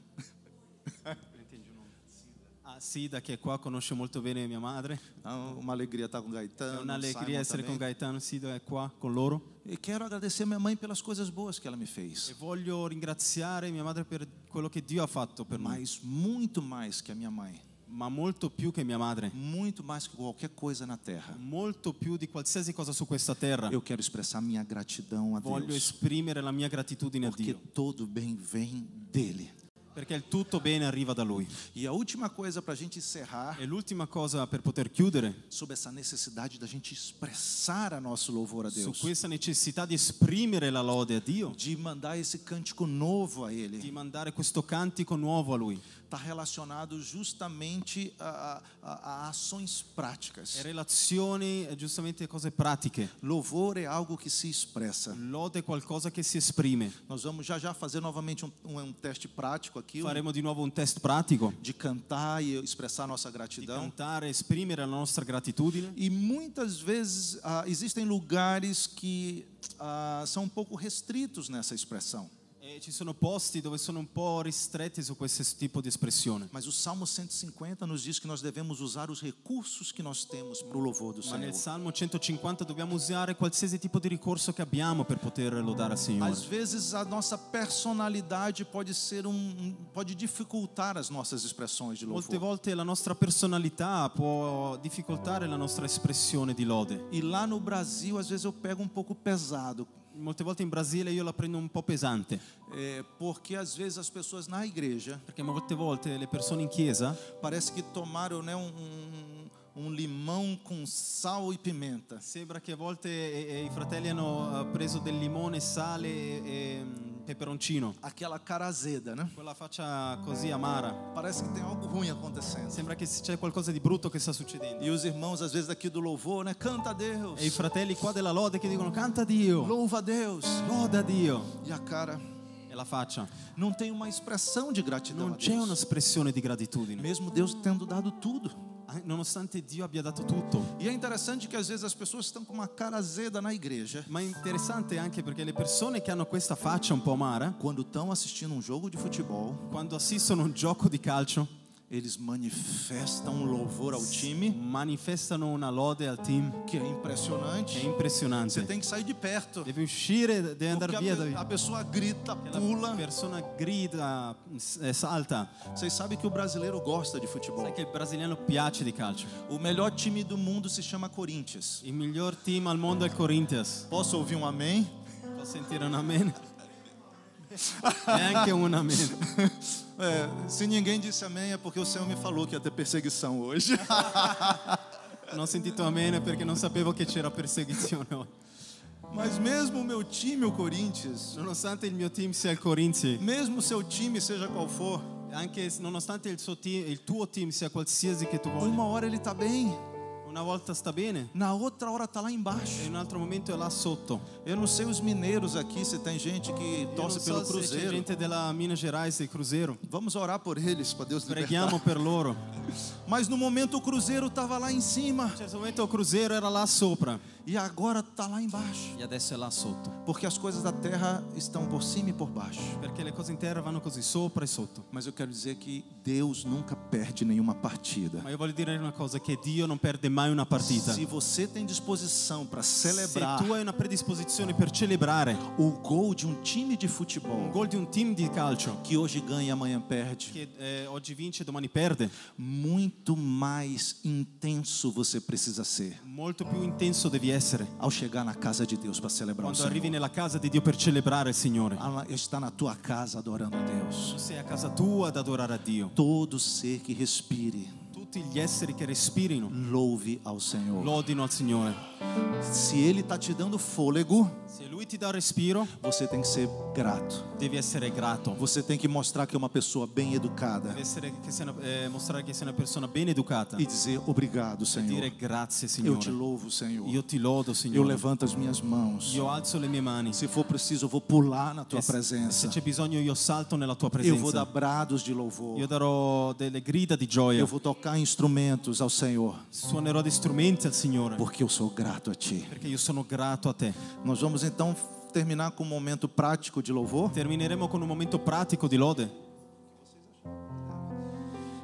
Speaker 2: Ah, Sida, che è qua, conosce molto bene mia madre.
Speaker 3: É uma alegria estar com o
Speaker 2: È
Speaker 3: Gaetano.
Speaker 2: un'allegria
Speaker 3: Simon
Speaker 2: essere con
Speaker 3: também.
Speaker 2: Gaetano. Sida è qua con loro.
Speaker 3: E quero agradecer minha mãe pelas coisas boas que ela me
Speaker 2: E
Speaker 3: fez.
Speaker 2: voglio ringraziare mia madre per quello che Dio ha fatto per me,
Speaker 3: Mas muito mais que a minha mãe,
Speaker 2: ma molto più che mia madre.
Speaker 3: muito mais que qualquer coisa na terra.
Speaker 2: molto più di qualsiasi cosa su questa terra.
Speaker 3: Eu quero expressar minha gratidão a
Speaker 2: Voglio
Speaker 3: Deus,
Speaker 2: esprimere la mia gratitudine a
Speaker 3: porque
Speaker 2: Dio,
Speaker 3: todo bem vem dele.
Speaker 2: perché il tutto bene arriva da Lui.
Speaker 3: E a última coisa para a gente encerrar
Speaker 2: E l'ultima cosa per poter chiudere,
Speaker 3: sobre essa necessidade da gente expressar a nosso louvor a
Speaker 2: su
Speaker 3: Deus,
Speaker 2: questa necessità di esprimere la lode a Dio,
Speaker 3: de mandar esse cântico novo a Ele,
Speaker 2: di mandare questo cantico nuovo a Lui,
Speaker 3: está relacionado justamente a, a- a ações
Speaker 2: e
Speaker 3: práticas.
Speaker 2: relazioni e giustamente cose pratiche.
Speaker 3: Louvor é algo que se expressa.
Speaker 2: Lode è qualcosa che si esprime.
Speaker 3: Nós vamos já já fazer novamente um, um- um teste prático aqui, um-
Speaker 2: Faremo di nuovo un test pratico
Speaker 3: de cantar e expressar nossa
Speaker 2: di
Speaker 3: gratidão.
Speaker 2: cantare, esprimere la nostra gratitudine.
Speaker 3: E muitas vezes ah, existem lugares que ah, são um pouco restritos nessa expressão.
Speaker 2: E ci sono posti dove sono un po' ristretti su questo tipo di espressione.
Speaker 3: Mas o Salmo 150 nos diz que nós devemos usar os recursos que nós temos para o louvor do
Speaker 2: Ma
Speaker 3: Senhor.
Speaker 2: nel Salmo 150 dobbiamo usare qualsiasi tipo di ricorso che abbiamo per poter lodare al
Speaker 3: Às
Speaker 2: Signore.
Speaker 3: vezes a nossa personalidade pode ser um- um pode dificultar as nossas expressões de
Speaker 2: Molte
Speaker 3: louvor.
Speaker 2: volte la nostra personalità può difficoltare la nostra espressione di lode.
Speaker 3: E lá no Brasil, às vezes eu pego um pouco pesado,
Speaker 2: Molte volte in Brasile io la prendo un po' pesante,
Speaker 3: é, porque às vezes as pessoas na igreja
Speaker 2: perché molte volte le persone in chiesa
Speaker 3: parece que tomaram né, um, um- um limão com sal e pimenta.
Speaker 2: sembra che a volte eh, eh, i fratelli hanno eh, preso del limone, sale e, e, mm, peperoncino.
Speaker 3: Aquela cara azeda, né?
Speaker 2: Quella faccia così amara.
Speaker 3: Parece que tem algo ruim acontecendo.
Speaker 2: Sembra che c'è qualcosa di brutto che sta succedendo.
Speaker 3: E os irmãos, às vezes, daqui do louvor, né? Canta a Deus,
Speaker 2: E i fratelli qua della lode che dicono canta Dio,
Speaker 3: louva a Deus.
Speaker 2: loda Dio.
Speaker 3: E a cara
Speaker 2: E la faccia.
Speaker 3: não tem uma expressão de gratidão
Speaker 2: Non
Speaker 3: a
Speaker 2: c'è
Speaker 3: Deus.
Speaker 2: un'espressione di gratitudine,
Speaker 3: Mesmo Deus tendo dado tudo.
Speaker 2: eh, nonostante Dio abbia dato tutto.
Speaker 3: E é interessante que às vezes as pessoas estão com uma cara azeda na igreja.
Speaker 2: Ma è interessante anche perché le persone che hanno questa faccia un po' amara,
Speaker 3: Quando estão assistindo um jogo de futebol,
Speaker 2: quando assistono a un gioco di calcio,
Speaker 3: eles manifestam um louvor ao time
Speaker 2: manifestano una lode al team
Speaker 3: que é impressionante.
Speaker 2: che è
Speaker 3: Você
Speaker 2: impressionante.
Speaker 3: tem que sair de perto.
Speaker 2: Devi uscire, devi
Speaker 3: Porque
Speaker 2: andare
Speaker 3: a,
Speaker 2: via.
Speaker 3: pe- a
Speaker 2: Devi...
Speaker 3: pessoa grita,
Speaker 2: La
Speaker 3: pula.
Speaker 2: persona grida, s- eh, salta.
Speaker 3: Vocês sabem que o brasileiro gosta de futebol.
Speaker 2: Sai che il brasiliano piace di calcio.
Speaker 3: O melhor time do mundo se chama Corinthians.
Speaker 2: Il miglior team al mondo è il Corinthians.
Speaker 3: Posso ouvir um amém?
Speaker 2: Fa sentire un amen? Neanche un amen.
Speaker 3: É, se ninguém disse amém, é porque o Senhor me falou que ia ter perseguição hoje.
Speaker 2: Non ho sentito amen perché non sapevo che c'era perseguizione oggi.
Speaker 3: Mas mesmo o meu time, o Corinthians,
Speaker 2: Nonostante il mio team sia il Corinthians,
Speaker 3: mesmo o seu time, seja qual for,
Speaker 2: anche s- nonostante il, suo team- il tuo team sia qualsiasi che tu voglia,
Speaker 3: uma hora ele tá bem,
Speaker 2: una volta sta bene
Speaker 3: na outra hora tá lá
Speaker 2: e
Speaker 3: embaixo.
Speaker 2: un altro momento è là sotto.
Speaker 3: Eu não sei os mineiros aqui, se tem gente que
Speaker 2: Io
Speaker 3: torce
Speaker 2: non so se
Speaker 3: pelo
Speaker 2: c'è
Speaker 3: Cruzeiro.
Speaker 2: gente della Minas Gerais del Cruzeiro.
Speaker 3: Vamos orar por eles, para Deus libertar.
Speaker 2: Preghiamo per loro. A
Speaker 3: Mas no momento o Cruzeiro estava lá em cima
Speaker 2: un certo momento il Cruzeiro era là sopra
Speaker 3: e agora está lá embaixo.
Speaker 2: e adesso è là sotto.
Speaker 3: Porque as coisas da terra estão por cima e por baixo.
Speaker 2: Perché le cose in terra vanno così, sopra e sotto.
Speaker 3: Mas eu quero dizer que Deus nunca perde nenhuma partida.
Speaker 2: Ma io voglio dire una cosa, che Dio non perde mai una partita.
Speaker 3: Se você tem disposição para
Speaker 2: Se
Speaker 3: celebrar
Speaker 2: tu hai una predisposizione per celebrare
Speaker 3: o gol de um time de
Speaker 2: un
Speaker 3: futebol
Speaker 2: Um gol di un team di calcio
Speaker 3: que hoje ganha e amanhã perde,
Speaker 2: che eh, oggi vince e domani perde,
Speaker 3: muito mais intenso você precisa ser
Speaker 2: molto più intenso devi essere
Speaker 3: ao chegar na casa de Deus para celebrar o
Speaker 2: quando arrivi
Speaker 3: Senhor.
Speaker 2: nella casa di Dio per celebrare il Signore.
Speaker 3: Ah, Está na tua casa adorando a Deus.
Speaker 2: Tu sei a casa tua ad adorare a Dio.
Speaker 3: Todo ser que respire
Speaker 2: Tutti gli esseri che respirino
Speaker 3: louve ao Senhor.
Speaker 2: lodino al Signore.
Speaker 3: Se Ele está te dando fôlego,
Speaker 2: Se Lui ti dà respiro,
Speaker 3: você tem que ser grato.
Speaker 2: devi essere grato.
Speaker 3: Você tem que mostrar que é uma pessoa bem educada
Speaker 2: Devi essere- che sei una- eh, mostrare che sei una persona ben educata
Speaker 3: e
Speaker 2: e
Speaker 3: dizer obrigado, Senhor.
Speaker 2: dire grazie
Speaker 3: Eu te
Speaker 2: Signore.
Speaker 3: louvo, Senhor.
Speaker 2: Io ti lodo
Speaker 3: Eu
Speaker 2: Signore.
Speaker 3: levanto as minhas mãos.
Speaker 2: Io alzo le mie mani.
Speaker 3: Se for preciso, eu vou pular na tua
Speaker 2: E se- Se
Speaker 3: presença.
Speaker 2: c'è bisogno io salto nella tua
Speaker 3: Eu vou
Speaker 2: presenza.
Speaker 3: dar brados de louvor.
Speaker 2: Io darò delle grida di gioia.
Speaker 3: Eu vou tocar instrumentos ao Senhor,
Speaker 2: Suonerò degli strumenti al Signore
Speaker 3: porque eu sou grato a Ti.
Speaker 2: perché io sono grato a te.
Speaker 3: Nós vamos então terminar com um momento prático de louvor.
Speaker 2: Termineremo con un momento pratico di lode.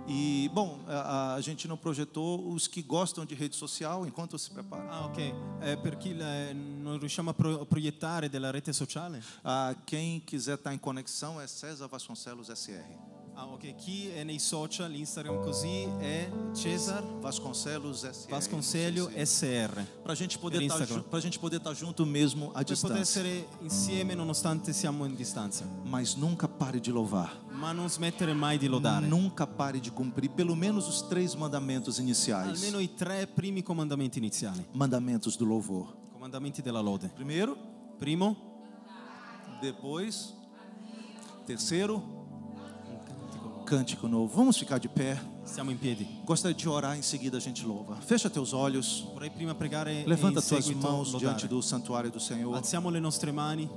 Speaker 3: E, bom, a, a gente não projetou os que gostam de rede social enquanto se prepara.
Speaker 2: Ah, ok. Eh, per chi la- non riusciamo a pro- proiettare della rete sociale?
Speaker 3: Ah, quem quiser estar em conexão é César Vasconcelos SR.
Speaker 2: Ah, ok. Chi è nei social, Instagram così, è Cesar
Speaker 3: Vasconcelos SR.
Speaker 2: Vasconcelio SR.
Speaker 3: Para a gente poder
Speaker 2: Per
Speaker 3: estar
Speaker 2: Instagram.
Speaker 3: ju- pra gente poder estar junto mesmo à
Speaker 2: Per poter
Speaker 3: distância.
Speaker 2: essere insieme nonostante siamo in distanza.
Speaker 3: Mas nunca pare de louvar.
Speaker 2: ma non smettere mai di lodare.
Speaker 3: Nunca pare de cumprir pelo menos os três mandamentos iniciais.
Speaker 2: Almeno i tre primi comandamenti iniziali,
Speaker 3: Mandamentos do louvor.
Speaker 2: comandamenti della lode.
Speaker 3: Primeiro,
Speaker 2: Primo,
Speaker 3: depois, terceiro, cântico novo. Vamos ficar de pé.
Speaker 2: stiamo in piedi.
Speaker 3: Gostaria de orar, em seguida a gente louva. Fecha teus olhos.
Speaker 2: Vorrei prima pregare
Speaker 3: Levanta
Speaker 2: e in
Speaker 3: tuas
Speaker 2: seguito
Speaker 3: mãos diante
Speaker 2: lodare.
Speaker 3: do santuário do Senhor
Speaker 2: Alziamo le nostre mani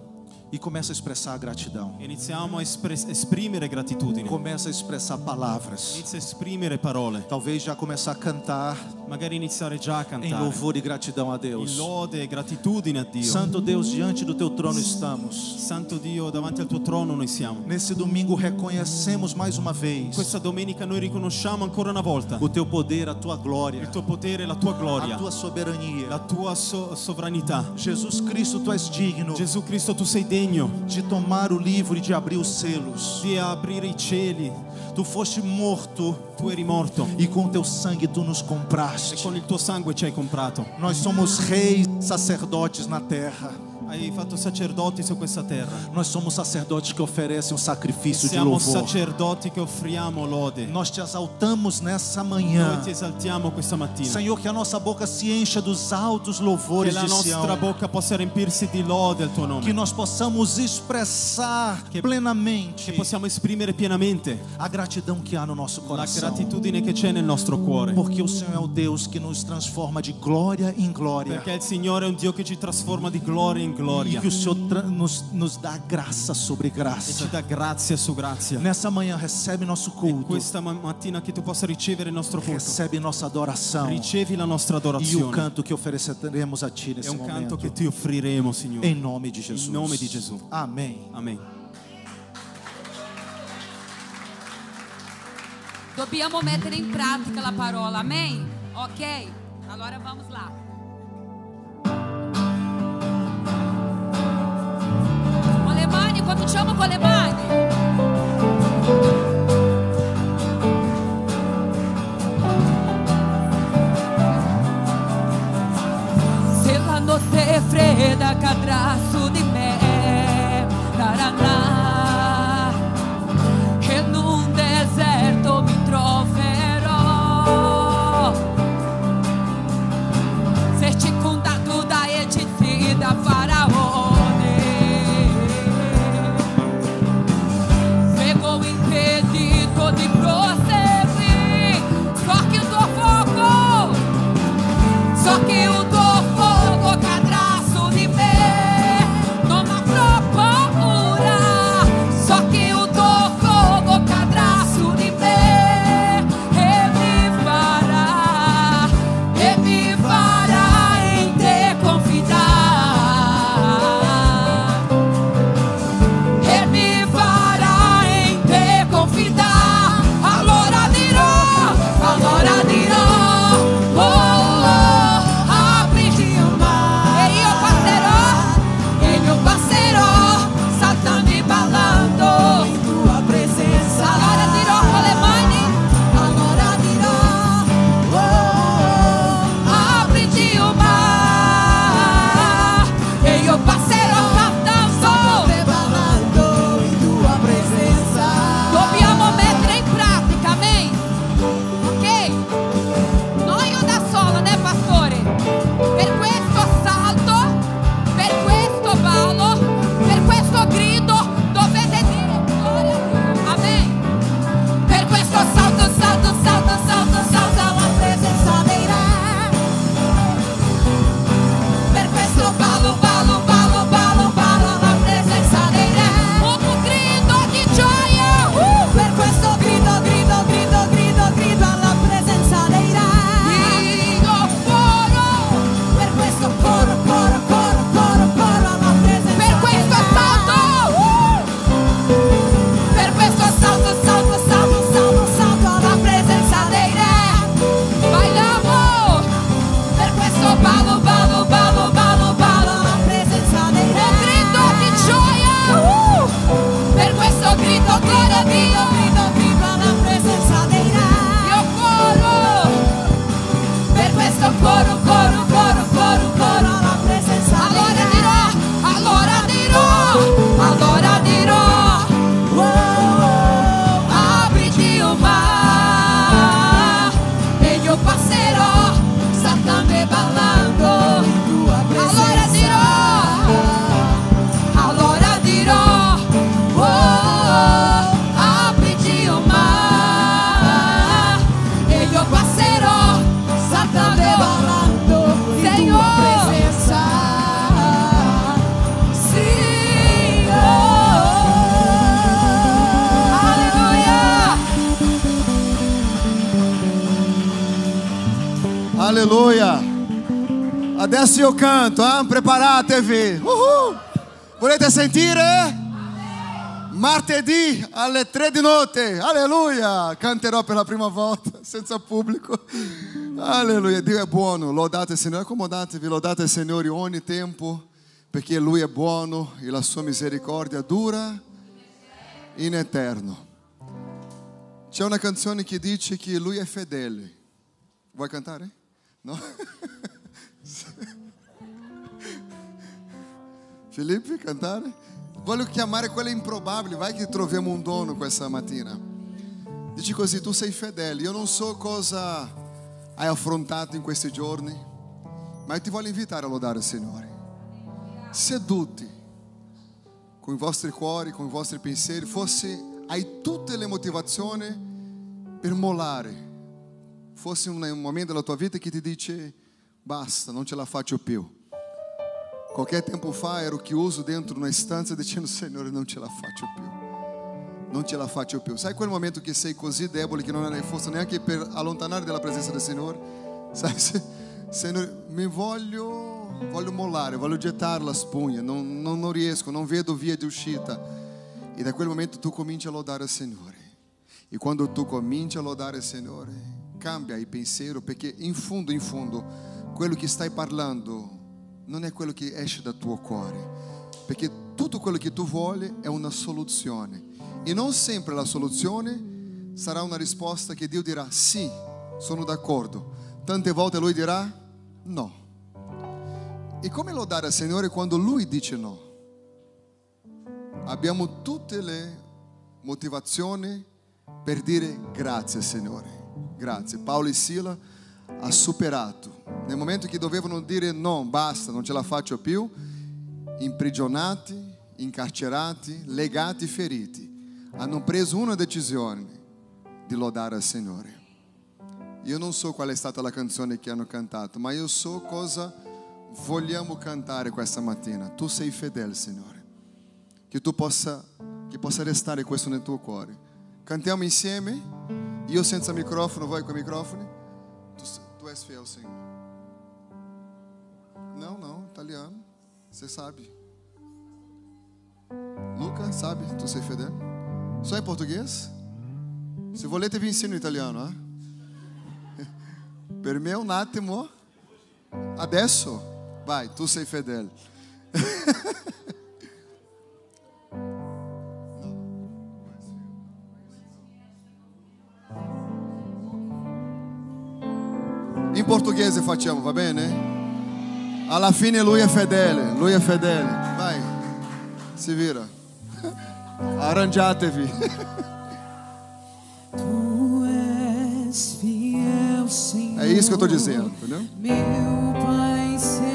Speaker 3: e começa a expressar a gratidão.
Speaker 2: e iniziamo a espre- esprimere gratitudine.
Speaker 3: Começa a expressar palavras.
Speaker 2: Inizia a esprimere parole,
Speaker 3: Talvez já começar a cantar
Speaker 2: magari iniziare già a
Speaker 3: em
Speaker 2: cantare.
Speaker 3: louvor e gratidão a
Speaker 2: In
Speaker 3: Deus.
Speaker 2: lode e gratitudine a Dio.
Speaker 3: Santo Deus, diante do teu trono estamos.
Speaker 2: Santo Dio, davanti al tuo trono noi siamo.
Speaker 3: Nesse domingo reconhecemos mais uma vez
Speaker 2: Questa domenica noi riconosciamo ancora una volta
Speaker 3: o teu poder, a tua glória,
Speaker 2: il tuo potere, la tua
Speaker 3: a
Speaker 2: gloria,
Speaker 3: tua soberania.
Speaker 2: la tua so- sovranità.
Speaker 3: Jesus Cristo, tu és digno
Speaker 2: Gesù Cristo, tu sei degno
Speaker 3: de tomar o livro e de abrir os selos.
Speaker 2: di aprire i cieli.
Speaker 3: Tu foste morto
Speaker 2: Tu eri morto
Speaker 3: e com teu sangue tu nos
Speaker 2: e
Speaker 3: compraste.
Speaker 2: con il tuo sangue ci hai comprato.
Speaker 3: Nós somos reis, sacerdotes na terra.
Speaker 2: Hai fatto sacerdoti su questa terra.
Speaker 3: Nós somos sacerdotes que oferecem um sacrifício de
Speaker 2: Siamo
Speaker 3: louvor.
Speaker 2: sacerdoti che offriamo lode.
Speaker 3: Nós te exaltamos nessa
Speaker 2: Noi
Speaker 3: manhã.
Speaker 2: ti esaltiamo questa mattina.
Speaker 3: Senhor, que a nossa boca se encha dos altos
Speaker 2: Che
Speaker 3: louvores
Speaker 2: la
Speaker 3: de
Speaker 2: nostra
Speaker 3: Sião.
Speaker 2: bocca possa riempirsi di lode al tuo
Speaker 3: Que
Speaker 2: nome.
Speaker 3: nós possamos expressar
Speaker 2: Que-
Speaker 3: plenamente
Speaker 2: Che possiamo esprimere pienamente
Speaker 3: a gratidão que há no nosso
Speaker 2: la
Speaker 3: coração.
Speaker 2: gratitudine che c'è nel nostro cuore.
Speaker 3: Porque o Senhor é o Deus que nos transforma de glória em glória.
Speaker 2: Perché il Signore è un Dio che ci trasforma di gloria in
Speaker 3: E
Speaker 2: gloria
Speaker 3: que
Speaker 2: e
Speaker 3: o Senhor tra- nos, nos dà graça sobre graça.
Speaker 2: ci dà grazia su grazia.
Speaker 3: Nessa manhã recebe nosso
Speaker 2: E
Speaker 3: culto,
Speaker 2: questa ma- mattina che tu possa ricevere il nostro culto,
Speaker 3: recebe nossa adoração
Speaker 2: ricevi la nostra
Speaker 3: e o
Speaker 2: adorazione.
Speaker 3: canto que ofereceremos a Ti
Speaker 2: È
Speaker 3: nesse
Speaker 2: un É um canto
Speaker 3: momento.
Speaker 2: che ti offriremo,
Speaker 3: Em
Speaker 2: Signore.
Speaker 3: nome de Jesus.
Speaker 2: nome de Jesus.
Speaker 3: Amém.
Speaker 2: Amen.
Speaker 4: Dobbiamo mettere in pratica la parola, amém? Ok? Allora vamos lá. Colemani, cominciamo Colemani. Se la notte è fredda cadrà su di me, taranà che in un deserto mi troverò.
Speaker 5: É é é né, uh!
Speaker 1: Aleluia. Adesso eu canto, ah, preparar a TV. Uhul. Volete sentire? Martedì alle tre di notte, alleluia, canterò per la prima volta senza pubblico. Alleluia, Dio è buono, lodate il Signore, accomodatevi, lodate il Signore ogni tempo, perché Lui è buono e la sua misericordia dura in eterno. C'è una canzone che dice che Lui è fedele. Vuoi cantare? No? Felipe, cantare? Voglio chiamare quella improbabile, vai che troviamo un dono questa mattina. Dici così, tu sei fedele, io non so cosa hai affrontato in questi giorni, ma io ti voglio invitare a lodare il Signore. Seduti con i vostri cuori, con i vostri pensieri, forse hai tutte le motivazioni per mollare. Fosse un un momento della tua vita che ti dice basta, non ce la faccio più. Qualquer tempo fa era o que uso dentro na estância, dizendo: Senhor, não te la faccio più. Não te la faccio più. Sai quel é momento che sei così debole che non hai forza neanche per allontanare dalla presenza del Signore? Sai, se, Signore, mi voglio, voglio mollare, voglio gettare la spugna, non, non, non riesco, non vedo via di uscita. E da quel momento tu cominci a lodare il Signore. E quando tu cominci a lodare il Signore, cambia il pensiero perché in fondo, in fondo, quello che stai parlando non è quello che esce dal tuo cuore. Perché tutto quello che tu vuoi è una soluzione. E non sempre la soluzione sarà una risposta che Dio dirà sì, sono d'accordo. Tante volte Lui dirà no. E come lodare al Signore quando Lui dice no? abbiamo tutte le motivazioni per dire grazie Signore, grazie. Paolo e Sila ha superato, nel momento che dovevano dire no, basta, non ce la faccio più, imprigionati, incarcerati, legati, feriti, hanno preso una decisione di lodare al Signore. Io non so qual è stata la canzone che hanno cantato, ma io so cosa vogliamo cantare questa mattina. Tu sei fedele, Signore che tu possa, che possa restare questo nel tuo cuore. Cantiamo insieme, io senza microfono, voi con i microfoni. Tu, tu és fiel, Senhor. Não, não, italiano, você sabe. Luca, sabe, tu sei fedele. Só em português? Se volete vi ensino italiano, eh? Per me è un attimo, adesso, vai, tu sei fedele. In portoghese facciamo, va bene? Alla fine lui è fedele, lui è fedele. Vai, si vira. Arrangiatevi.
Speaker 5: Tu és fiel, Senhor.
Speaker 1: É isso que eu estou dizendo, entendeu?
Speaker 5: Meu Pai Celeste,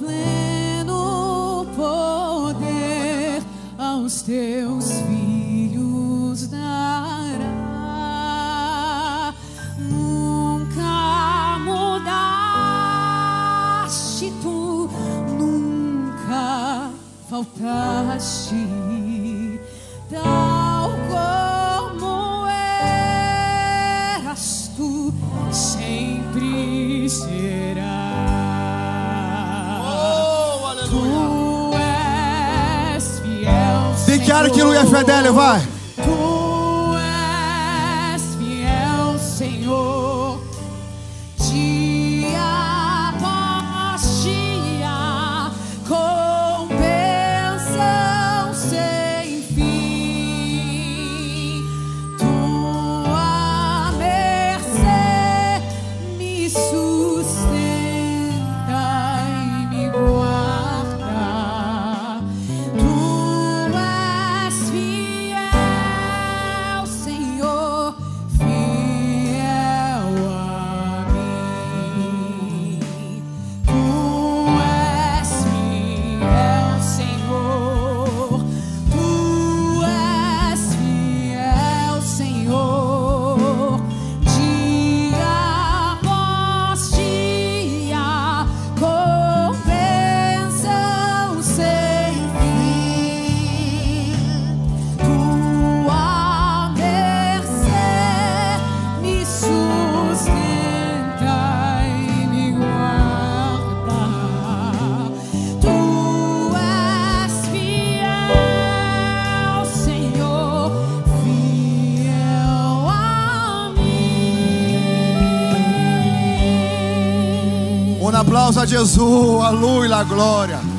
Speaker 5: pleno poder aos teus filhos dará. Nunca mudaste tu, nunca faltaste. Tal como eras tu, sempre serás.
Speaker 1: Oh, aleluia.
Speaker 5: Tu és fiel,
Speaker 1: Dichiara que é lui è fedele, vai.
Speaker 5: Tu és fiel, Senhor, dia após dia, com bênção sem fim. Tua mercê me sustenta e me guarda. Tu és fiel.
Speaker 1: Um aplauso a Jesus, a luz, a glória.